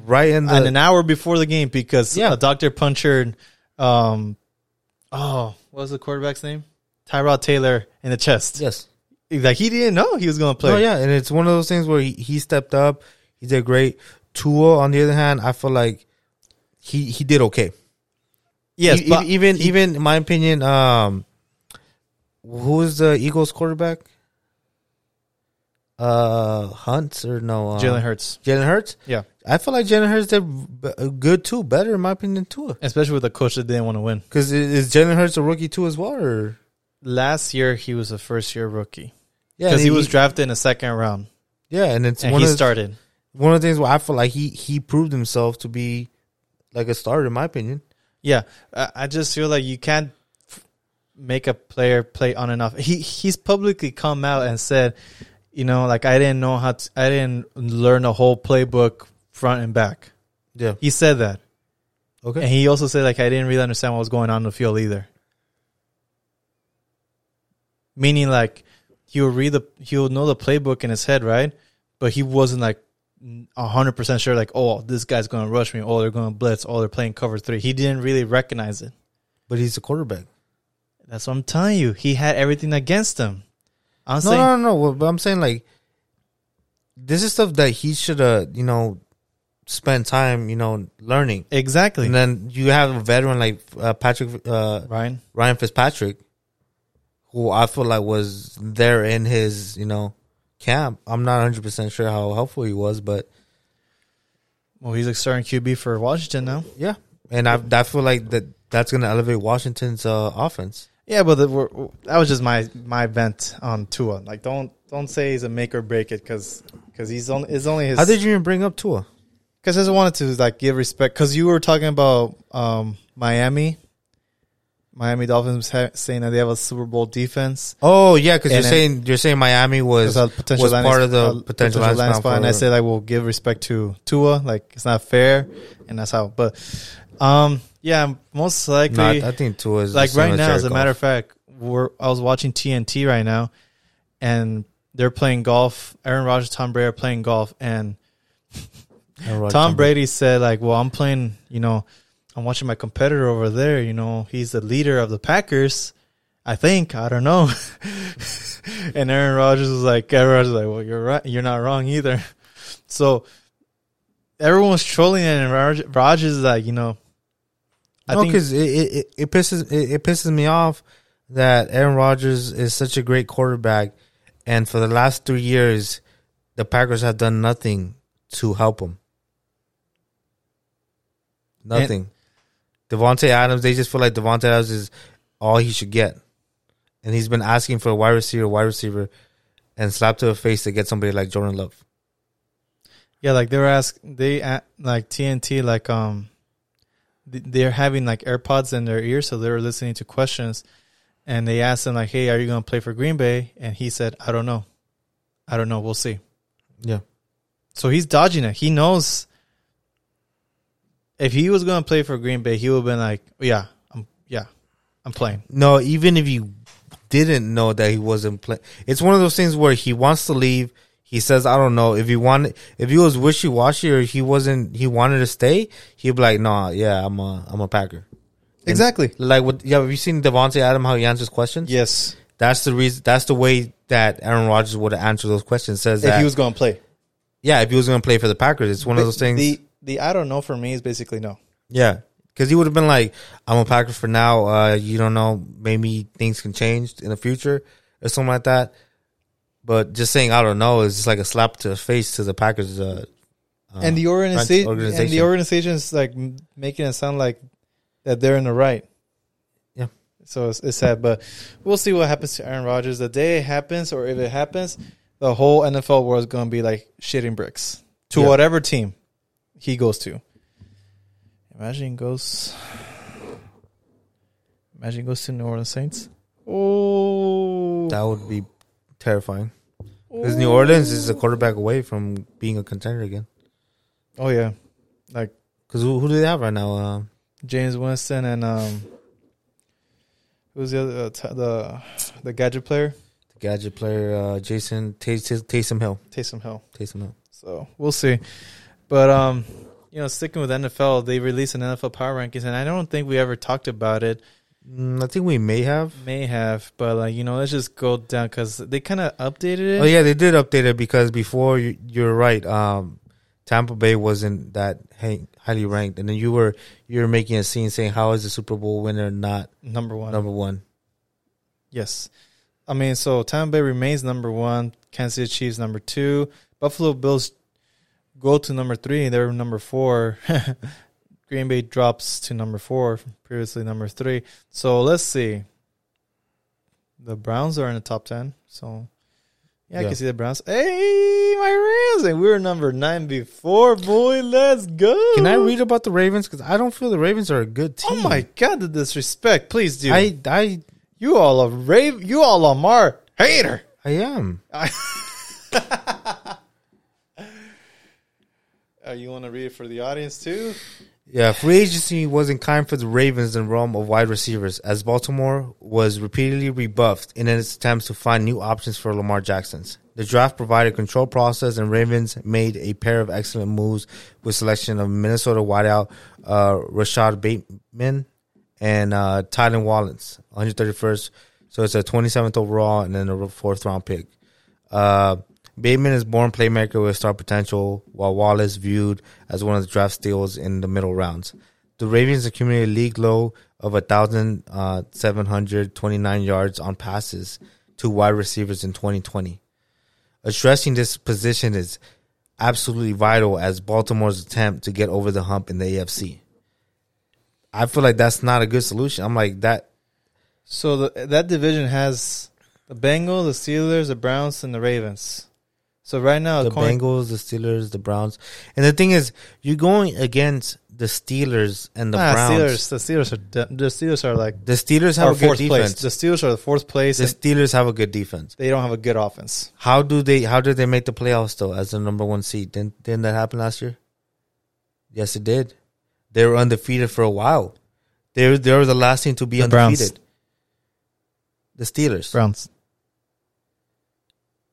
Speaker 2: right in the
Speaker 1: and an hour before the game because
Speaker 2: Yeah.
Speaker 1: a doctor punctured. Um, oh, what was the quarterback's name? Tyrod Taylor in the chest.
Speaker 2: yes.
Speaker 1: Like he didn't know he was going to play.
Speaker 2: Oh yeah, and it's one of those things where he, he stepped up. He did great. Tua, on the other hand, I feel like he he did okay.
Speaker 1: Yes,
Speaker 2: E-
Speaker 1: but
Speaker 2: even even in my opinion, um, who is the Eagles quarterback? Uh, Hunt or no? Uh,
Speaker 1: Jalen Hurts.
Speaker 2: Jalen Hurts.
Speaker 1: Yeah,
Speaker 2: I feel like Jalen Hurts did b- uh, good too, better in my opinion too.
Speaker 1: especially with a coach that didn't want to win.
Speaker 2: Because is Jalen Hurts a rookie too as well? Or
Speaker 1: Last year he was a first year rookie
Speaker 2: yeah,
Speaker 1: because he was drafted in the second round
Speaker 2: yeah, and it's
Speaker 1: and
Speaker 2: one
Speaker 1: he
Speaker 2: of the,
Speaker 1: started.
Speaker 2: one of the things where I feel like he he proved himself to be like a starter in my opinion.
Speaker 1: Yeah, I, I just feel like you can't f- make a player play on and off. He he's publicly come out and said, you know, like I didn't know how to, I didn't learn a whole playbook front and back.
Speaker 2: Yeah.
Speaker 1: He said that,
Speaker 2: Okay.
Speaker 1: and he also said like I didn't really understand what was going on in the field either. Meaning like he would read the he would know the playbook in his head, right? But he wasn't like hundred percent sure. Like, oh, this guy's going to rush me. Oh, they're going to blitz. Oh, they're playing cover three. He didn't really recognize it.
Speaker 2: but he's a quarterback.
Speaker 1: That's what I'm telling you. He had everything against him. I'm
Speaker 2: No,
Speaker 1: saying
Speaker 2: no, no, no. Well, But I'm saying like this is stuff that he should uh you know spend time you know learning.
Speaker 1: exactly,
Speaker 2: And then you have a veteran like uh, Patrick uh,
Speaker 1: Ryan.
Speaker 2: Ryan Fitzpatrick, who I feel like was there in his, you know, camp. I'm not 100 percent sure how helpful he was, but
Speaker 1: Well, he's a starting QB for Washington now.
Speaker 2: yeah. And I, I feel like that that's going to elevate Washington's uh, offense.
Speaker 1: Yeah, but the, we're, that was just my my bent on Tua. Like, don't don't say he's a make or break it because he's only it's only his.
Speaker 2: How did you even bring up Tua?
Speaker 1: Because I just wanted to like give respect because you were talking about um, Miami, Miami Dolphins ha- saying that they have a Super Bowl defense.
Speaker 2: Oh yeah, because you're
Speaker 1: And then-
Speaker 2: saying you're saying Miami
Speaker 1: was
Speaker 2: was
Speaker 1: a potential
Speaker 2: was
Speaker 1: line
Speaker 2: part
Speaker 1: ex-
Speaker 2: of the
Speaker 1: uh,
Speaker 2: potential, line spot
Speaker 1: and
Speaker 2: for-
Speaker 1: I said I will give respect to Tua. Like it's not fair, and that's how. But um, yeah, most likely,
Speaker 2: No, I, I think Tua is the
Speaker 1: like
Speaker 2: same
Speaker 1: right now, as a
Speaker 2: Jared
Speaker 1: matter
Speaker 2: Goff.
Speaker 1: of fact, we're I was watching TNT right now, and they're playing golf. Aaron Rodgers, Tom Brady are playing golf, and
Speaker 2: And Rod-
Speaker 1: Tom Brady said like, "Well, I'm playing, you know, I'm watching my competitor over there. You know, he's the leader of the Packers. I think I don't know." [LAUGHS] and Aaron Rodgers was like, "Aaron Rodgers was like, well, you're right. You're not wrong either." [LAUGHS] So everyone was trolling, and Rod- Rodgers is like, you know, I
Speaker 2: no,
Speaker 1: think
Speaker 2: because it, it, it- it pisses it, it pisses me off that Aaron Rodgers is such a great quarterback, and for the last three years, the Packers have done nothing to help him. Nothing. Devonte Adams, they just feel like Devonte Adams is all he should get, and he's been asking for a wide receiver, wide receiver, and slap to the face to get somebody like Jordan Love.
Speaker 1: Yeah, like they were ask they a- like TNT like um th- they're having like AirPods in their ear, so they were listening to questions, and they asked him like, "Hey, are you going to play for Green Bay?" And he said, "I don't know, I don't know. We'll see."
Speaker 2: Yeah,
Speaker 1: So he's dodging it. He knows if he was going to play for Green Bay, he would have been like, "Yeah, I'm yeah, I'm playing."
Speaker 2: No, even if you didn't know that he wasn't playing, it's one of those things where he wants to leave. He says, "I don't know if he wanted, if he was wishy washy or he wasn't, he wanted to stay. He'd be like, nah, yeah, I'm a, I'm a Packer.'
Speaker 1: Exactly.
Speaker 2: Like, what? Yeah, have you seen Devontae Adam how he answers questions?
Speaker 1: Yes,
Speaker 2: that's the reason. That's the way that Aaron Rodgers would have answered those questions. Says
Speaker 1: if
Speaker 2: that,
Speaker 1: he was going to play,
Speaker 2: yeah, if he was going to play for the Packers, it's one of those things.
Speaker 1: The the I don't know for me is basically no.
Speaker 2: Yeah, because he would have been like, "I'm a Packer for now. Uh, you don't know. Maybe things can change in the future or something like that." But just saying, "I don't know" is just like a slap to the face to the Packers uh, uh,
Speaker 1: and the organization, and
Speaker 2: organization.
Speaker 1: the organization is like m- making it sound like that they're in the right.
Speaker 2: Yeah.
Speaker 1: So it's, it's sad, but we'll see what happens to Aaron Rodgers. The day it happens, or if it happens, the whole NFL world is going to be like shitting bricks to
Speaker 2: Yeah.
Speaker 1: whatever team he goes to. Imagine he goes. Imagine he goes to New Orleans Saints. Oh,
Speaker 2: that would be terrifying because New Orleans is a quarterback away from being a contender again.
Speaker 1: oh yeah, like
Speaker 2: Because who, who do they have right now? Uh,
Speaker 1: James Winston and um, who's the other uh, t- the the gadget player?
Speaker 2: the gadget player, uh, Jason Tays- Tays- Taysom Hill.
Speaker 1: Taysom Hill.
Speaker 2: Taysom Hill.
Speaker 1: So we'll see, but um, you know, sticking with NFL, they released an NFL power rankings, and I don't think we ever talked about it.
Speaker 2: Mm, I think we may have.
Speaker 1: May have, but like you know, let's just go down because they kind of updated it.
Speaker 2: Oh yeah, they did update it because before you, you're right. Um, Tampa Bay wasn't that hang, highly ranked, and then you were you were making a scene saying how is the Super Bowl winner not
Speaker 1: Number one,
Speaker 2: number one?
Speaker 1: yes. I mean, so Tampa Bay remains number one. Kansas City Chiefs number two. Buffalo Bills go to number three. They're number four. [LAUGHS] Green Bay drops to number four, previously number three. So let's see. The Browns are in the top ten. So yeah, I
Speaker 2: Yeah.
Speaker 1: can see the Browns. Hey, my Rams, and we were number nine before. Boy, let's go.
Speaker 2: Can I read about the Ravens? Because I don't feel the Ravens are a good team.
Speaker 1: Oh my God, the disrespect! Please, dude.
Speaker 2: I I
Speaker 1: you all are rave. You all are Mar hater.
Speaker 2: I am.
Speaker 1: Uh, you want to read it for the audience too?
Speaker 2: Yeah, free agency wasn't kind for the Ravens in the realm of wide receivers, as Baltimore was repeatedly rebuffed in its attempts to find new options for Lamar Jackson's. The draft provided control process, and Ravens made a pair of excellent moves with selection of Minnesota wideout uh, Rashad Bateman and uh, Tylen Wallace, 131st. So it's a 27th overall and then a fourth round pick. Uh, Bateman is born playmaker with star potential, while Wallace viewed as one of the draft steals in the middle rounds. The Ravens accumulated league low of uh, 1,729 yards on passes to wide receivers in 2020. Addressing this position is absolutely vital as Baltimore's attempt to get over the hump in the AFC. I feel like that's not a good solution. I'm like that.
Speaker 1: So the, that division has the Bengals, the Steelers, the Browns, and the Ravens. So right now,
Speaker 2: the
Speaker 1: according-
Speaker 2: Bengals, the Steelers, the Browns, and the thing is, you're going against the Steelers and the
Speaker 1: Ah,
Speaker 2: Browns.
Speaker 1: Steelers, the Steelers are de- the Steelers are like
Speaker 2: The Steelers
Speaker 1: are
Speaker 2: have a good
Speaker 1: fourth place.
Speaker 2: defense.
Speaker 1: The Steelers are the fourth place.
Speaker 2: The
Speaker 1: and
Speaker 2: Steelers have a good defense.
Speaker 1: they don't have a good offense.
Speaker 2: How do they? How did they make the playoffs though? As the number one seed, didn't didn't that happen last year? Yes, it did. They were undefeated for a while. They were, they were the last team to be
Speaker 1: The Browns.
Speaker 2: undefeated. The Steelers.
Speaker 1: Browns.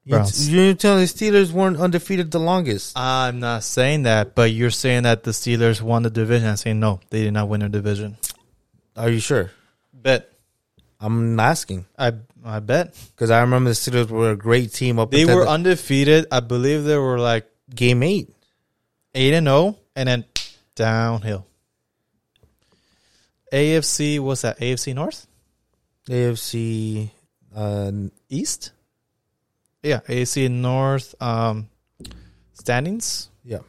Speaker 2: You-
Speaker 1: Browns.
Speaker 2: You're telling the Steelers weren't undefeated the longest.
Speaker 1: I'm not saying that, but you're saying that the Steelers won the division. I'm saying no, they did not win their division.
Speaker 2: Are you sure?
Speaker 1: Bet
Speaker 2: I'm asking
Speaker 1: I I bet
Speaker 2: because I remember the Steelers were a great team up.
Speaker 1: they
Speaker 2: until
Speaker 1: were
Speaker 2: the-
Speaker 1: undefeated. I believe they were like
Speaker 2: game eight.
Speaker 1: eight and zero, and then downhill. AFC what's that? AFC North,
Speaker 2: AFC. Uh,
Speaker 1: East. Yeah, AFC North um, standings
Speaker 2: yeah.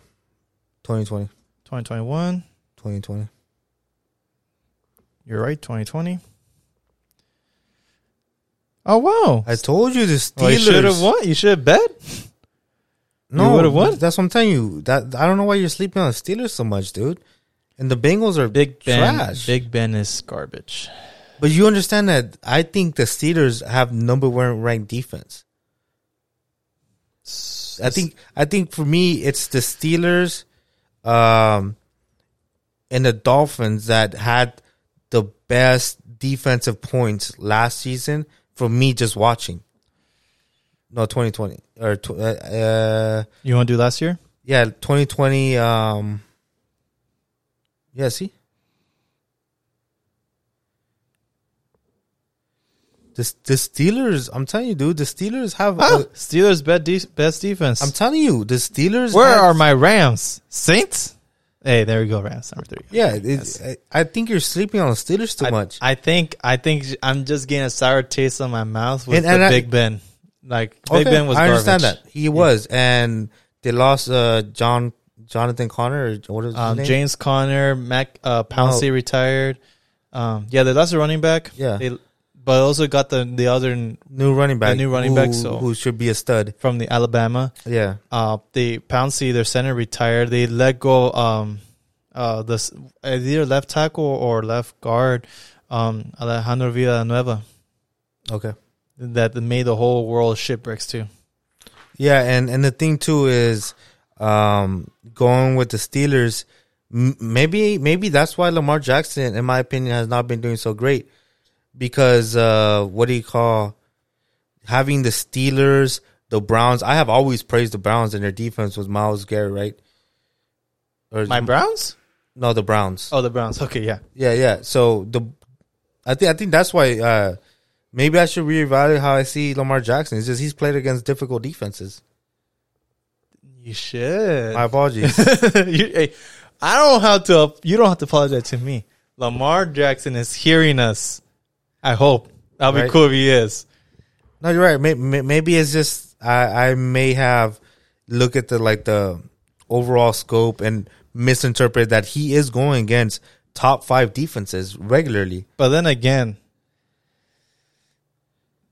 Speaker 2: 2020.
Speaker 1: twenty twenty one.
Speaker 2: 2020.
Speaker 1: You're right, twenty twenty. Oh wow!
Speaker 2: I told you the
Speaker 1: Well, Oh,
Speaker 2: Steelers.
Speaker 1: you should have won. You should have bet.
Speaker 2: No,
Speaker 1: You would've won.
Speaker 2: That's what I'm telling you. That I don't know why you're sleeping on the Steelers so much, dude. And the Bengals are
Speaker 1: Big Ben.
Speaker 2: trash.
Speaker 1: Big Ben is garbage.
Speaker 2: But you understand that I think the Steelers have number one ranked defense. I think I think for me it's the Steelers, um, and the Dolphins that had the best defensive points last season. For me, just watching. No, 2020 or tw- uh, uh,
Speaker 1: you want to do last year.
Speaker 2: yeah, 2020. Um, yeah, see, the the Steelers. I'm telling you, dude, the Steelers have.
Speaker 1: Ah, Steelers bet de- best defense.
Speaker 2: I'm telling you, the Steelers.
Speaker 1: Where
Speaker 2: have-
Speaker 1: are my Rams? Saints? Hey, there we go, Rams number three.
Speaker 2: Yeah, it, I, I think you're sleeping on the Steelers too
Speaker 1: I,
Speaker 2: much.
Speaker 1: I think I think j- I'm just getting a sour taste on my mouth with
Speaker 2: And- and
Speaker 1: the
Speaker 2: I-
Speaker 1: Big Ben. Like Big
Speaker 2: Okay,
Speaker 1: Ben was
Speaker 2: I understand
Speaker 1: garbage.
Speaker 2: that he was, and they lost uh, John Jonathan Connor or what is his
Speaker 1: Um,
Speaker 2: name?
Speaker 1: James Conner, Mac uh, Pouncey
Speaker 2: No.
Speaker 1: retired. Um, yeah, they lost a running back.
Speaker 2: Yeah.
Speaker 1: they, but also got the the other n-
Speaker 2: new running back.
Speaker 1: new running back,
Speaker 2: who-
Speaker 1: so-
Speaker 2: who should be a stud.
Speaker 1: from the Alabama.
Speaker 2: Yeah,
Speaker 1: Uh, they Pouncey, their center retired. They let go. Um, uh, the s- either left tackle or left guard, um, Alejandro Villanueva,
Speaker 2: okay.
Speaker 1: that made the whole world shipwrecks too.
Speaker 2: Yeah, and and the thing too is, um, going with the Steelers, m- maybe maybe that's why Lamar Jackson, in my opinion, has not been doing so great because uh, what do you call having the Steelers, the Browns? I have always praised the Browns and their defense was Miles Garrett, right? Or
Speaker 1: My Browns?
Speaker 2: no, the Browns.
Speaker 1: Oh, the Browns. Okay, yeah.
Speaker 2: Yeah, yeah. So the, I think I think that's why. Uh, maybe I should reevaluate how I see Lamar Jackson. It's just he's played against difficult defenses.
Speaker 1: You should.
Speaker 2: My apologies.
Speaker 1: [LAUGHS] you, hey, I don't have to. You don't have to apologize to me. Lamar Jackson is hearing us. I hope that'll be
Speaker 2: Right.
Speaker 1: cool if he is.
Speaker 2: no, you're right. May- may- Maybe it's just I I may have look at the like the overall scope and misinterpret that he is going against top five defenses regularly.
Speaker 1: But then again,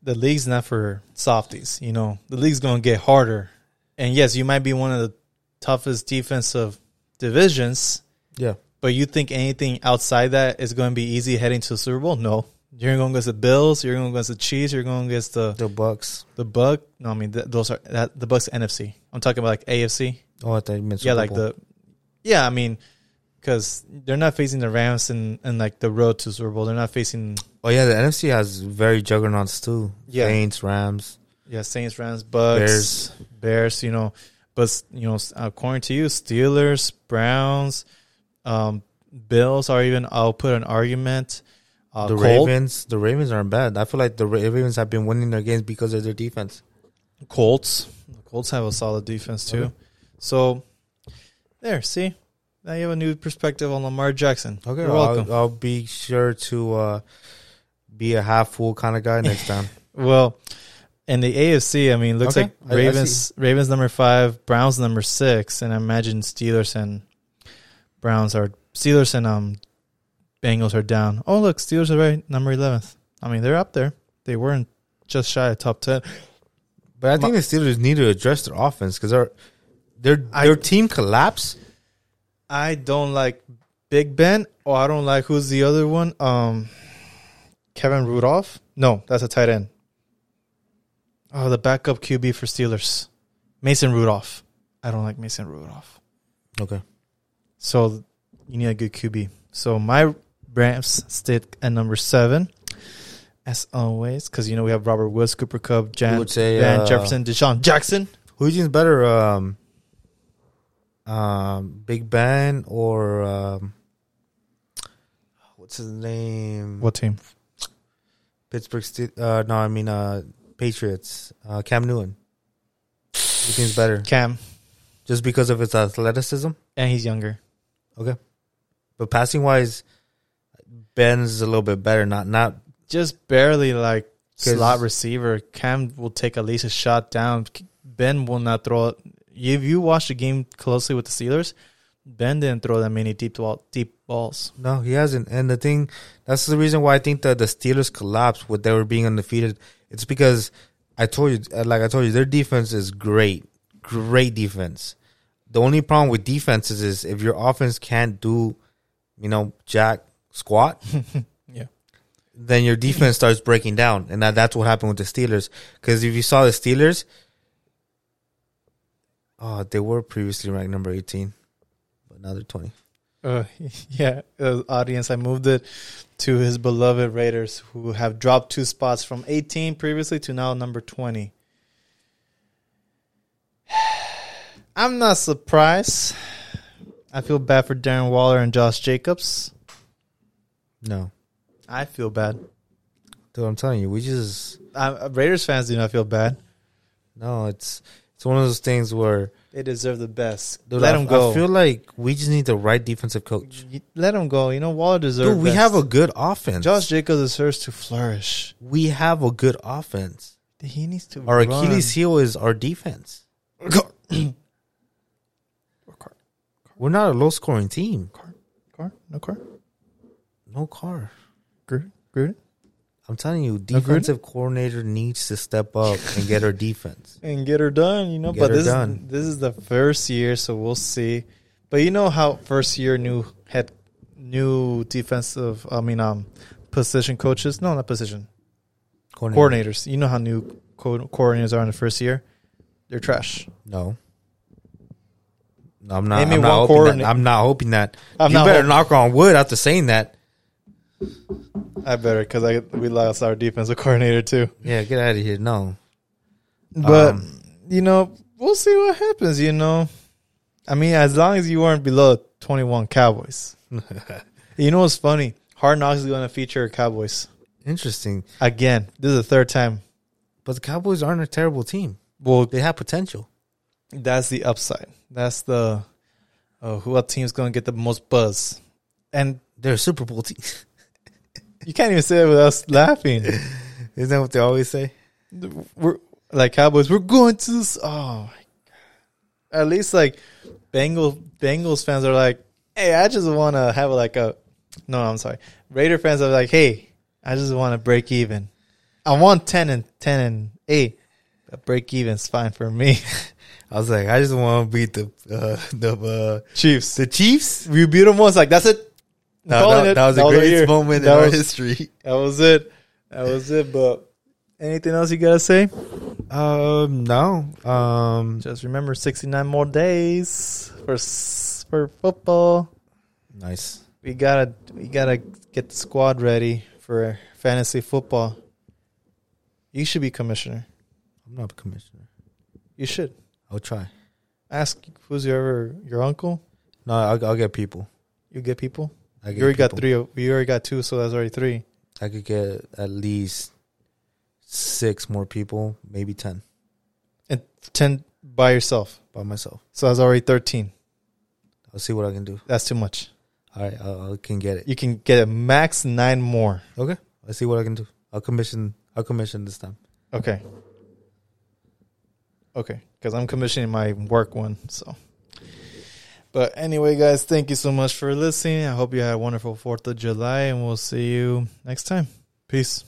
Speaker 1: the league's not for softies. You know, the league's gonna get harder. And yes, you might be one of the toughest defensive divisions,
Speaker 2: Yeah.
Speaker 1: but you think anything outside that is going to be easy heading to the Super Bowl? No, you're going to go against the Bills. You're going to go against the Chiefs. You're going against the
Speaker 2: The Bucks.
Speaker 1: The Buck. No, I mean th- those are that, the Bucks NFC. I'm talking about like AFC.
Speaker 2: Oh, I thought you meant
Speaker 1: yeah,
Speaker 2: Super
Speaker 1: like
Speaker 2: Bowl.
Speaker 1: the. Yeah, I mean, because they're not facing the Rams and and like the road to Super Bowl. They're not facing
Speaker 2: Oh yeah, the NFC has very juggernauts too.
Speaker 1: Yeah.
Speaker 2: Saints, Rams.
Speaker 1: yeah Saints, Rams, Bucks,
Speaker 2: Bears.
Speaker 1: Bears, You know, but you know, according to you, Steelers, Browns, um, Bills are even. I'll put an argument. Uh,
Speaker 2: the
Speaker 1: Colt-
Speaker 2: Ravens, the Ravens aren't bad. I feel like the Ra- Ravens have been winning their games because of their defense.
Speaker 1: Colts. The Colts have a solid defense too.
Speaker 2: Okay.
Speaker 1: So there, see? Now you have a new perspective on Lamar Jackson. You're welcome.
Speaker 2: I'll, I'll be sure to uh, be a half fool kind of guy
Speaker 1: [LAUGHS]
Speaker 2: next time.
Speaker 1: well, in the AFC, I mean, looks
Speaker 2: Okay. I-
Speaker 1: like
Speaker 2: I
Speaker 1: Ravens Ravens number 5, Browns number 6, and I imagine Steelers and Browns are Steelers and um Bengals are down. Oh, look, Steelers are right number 11th. I mean, they're up there. They weren't just shy of top 10.
Speaker 2: But I think the Steelers need to address their offense because their their
Speaker 1: I-
Speaker 2: their team collapse.
Speaker 1: I don't like Big Ben. Or I don't like who's the other one? Um, Kevin Rudolph. No, that's a tight end. Oh, the backup QB for Steelers, Mason Rudolph. I don't like Mason Rudolph.
Speaker 2: Okay,
Speaker 1: So you need a good QB. So my Rams stick at number seven, as always, because you know we have Robert Woods, Cooper Cup,
Speaker 2: You
Speaker 1: Jan,
Speaker 2: would say,
Speaker 1: Van
Speaker 2: uh,
Speaker 1: Jefferson, Deshaun Jackson.
Speaker 2: who do you think is better, um, um, Big Ben or um, what's his name?
Speaker 1: What team?
Speaker 2: Pittsburgh. Ste- uh, no, I mean uh, Patriots. Uh, Cam Newton. Who seems better
Speaker 1: Cam,
Speaker 2: just because of his athleticism?
Speaker 1: and he's younger.
Speaker 2: Okay, but passing wise, Ben's a little bit better. Not not
Speaker 1: just barely like
Speaker 2: 'Cause-
Speaker 1: slot receiver. Cam will take at least a shot down. Ben will not throw. it. If you watch the game closely with the Steelers, Ben didn't throw that many deep ball, deep balls.
Speaker 2: No, he hasn't. And the thing that's the reason why I think that the Steelers collapsed with they were being undefeated. It's because I told you, uh, like I told you, their defense is great, great defense. The only problem with defenses is if your offense can't do, you know, jack squat,
Speaker 1: Yeah,
Speaker 2: then your defense starts breaking down, and that, that's what happened with the Steelers. Because if you saw the Steelers, oh, they were previously ranked number eighteen, but now they're twenty.
Speaker 1: uh, [LAUGHS] yeah. Uh, audience, I moved it to his beloved Raiders, who have dropped two spots from 18 previously to now number 20. [SIGHS] I'm not surprised. I feel bad for Darren Waller and Josh Jacobs.
Speaker 2: No,
Speaker 1: I feel bad.
Speaker 2: dude, I'm telling you, we just.
Speaker 1: I, uh, Raiders fans do not feel bad.
Speaker 2: No, it's it's one of those things where
Speaker 1: They deserve the best.
Speaker 2: dude,
Speaker 1: Let
Speaker 2: I,
Speaker 1: them go.
Speaker 2: I feel like we just need the right defensive coach.
Speaker 1: You- Let them go. You know, Waller deserves.
Speaker 2: Dude, we
Speaker 1: best.
Speaker 2: have a good offense.
Speaker 1: Josh Jacobs deserves to flourish.
Speaker 2: we have a good offense.
Speaker 1: He needs to.
Speaker 2: Our
Speaker 1: run.
Speaker 2: Achilles heel is our defense. We're not a low scoring team.
Speaker 1: Car, car, no car.
Speaker 2: No car.
Speaker 1: Gruden, Gruden,
Speaker 2: I'm telling you,
Speaker 1: No Gruden?
Speaker 2: defensive coordinator needs to step up and get
Speaker 1: [LAUGHS]
Speaker 2: our defense.
Speaker 1: and get her done. You know,
Speaker 2: Get
Speaker 1: but
Speaker 2: her
Speaker 1: this
Speaker 2: done.
Speaker 1: Is, this is the first year, so we'll see. But you know how first year new head, new defensive. I mean, um, position coaches. No, not position coordinators. You know how new co- coordinators are in the first year. They're trash.
Speaker 2: No. No, I'm not.
Speaker 1: Name me
Speaker 2: I'm not,
Speaker 1: one
Speaker 2: hoping
Speaker 1: coordinate-
Speaker 2: that, I'm not hoping that.
Speaker 1: I'm
Speaker 2: you
Speaker 1: not
Speaker 2: better
Speaker 1: hoping-
Speaker 2: knock on wood after saying that.
Speaker 1: I better because I we lost our defensive [LAUGHS] coordinator too.
Speaker 2: Yeah, get out of
Speaker 1: [LAUGHS]
Speaker 2: here. No.
Speaker 1: But
Speaker 2: Um,
Speaker 1: you know, we'll see what happens. You know, I mean, as long as you weren't below twenty-one Cowboys, you know what's funny? Hard Knocks is going to feature Cowboys
Speaker 2: Interesting.
Speaker 1: again. This is the third time.
Speaker 2: But the Cowboys aren't a terrible team.
Speaker 1: Well,
Speaker 2: They have potential.
Speaker 1: that's the upside. That's the oh, who what team's going to get the most buzz? And
Speaker 2: They're a Super Bowl team. [LAUGHS]
Speaker 1: you can't even say it without us laughing.
Speaker 2: Isn't that what they always say?
Speaker 1: we're like Cowboys. We're going to this. Oh, my God. at least like Bengal Bengals fans are like, hey, I just want to have like a. No, I'm sorry. Raider fans are like, hey, I just want to break even. I want ten and ten and eight. But break even's fine for me. [LAUGHS]
Speaker 2: I was like, I just want to beat the uh, the uh,
Speaker 1: Chiefs.
Speaker 2: the Chiefs.
Speaker 1: We beat them once. Like that's it.
Speaker 2: No,
Speaker 1: Calling
Speaker 2: that,
Speaker 1: it.
Speaker 2: that was the
Speaker 1: That was our year.
Speaker 2: greatest moment
Speaker 1: That
Speaker 2: in our
Speaker 1: was-
Speaker 2: history.
Speaker 1: That was it. That was it. But anything else you gotta say?
Speaker 2: [LAUGHS] Um, no. Um,
Speaker 1: Just remember, sixty nine more days for s- for football.
Speaker 2: nice.
Speaker 1: we gotta we gotta get the squad ready for fantasy football. You should be commissioner.
Speaker 2: I'm not a commissioner.
Speaker 1: You should
Speaker 2: I'll try.
Speaker 1: ask who's your your uncle.
Speaker 2: No, I'll, I'll get people.
Speaker 1: You get people.
Speaker 2: I get
Speaker 1: you already got
Speaker 2: people.
Speaker 1: three. of- You already got two, so that's already three.
Speaker 2: I could get at least six more people, maybe ten
Speaker 1: And ten by yourself,
Speaker 2: by myself.
Speaker 1: so that's already thirteen.
Speaker 2: I'll see what I can do.
Speaker 1: That's too much.
Speaker 2: All right, I, I can get it.
Speaker 1: You can get a max nine more.
Speaker 2: Okay, I'll see what I can do. I'll commission. I'll commission this time.
Speaker 1: Okay. Okay, because I'm commissioning my work one. So, but anyway, guys, thank you so much for listening. I hope you had a wonderful Fourth of July, and we'll see you next time. Peace.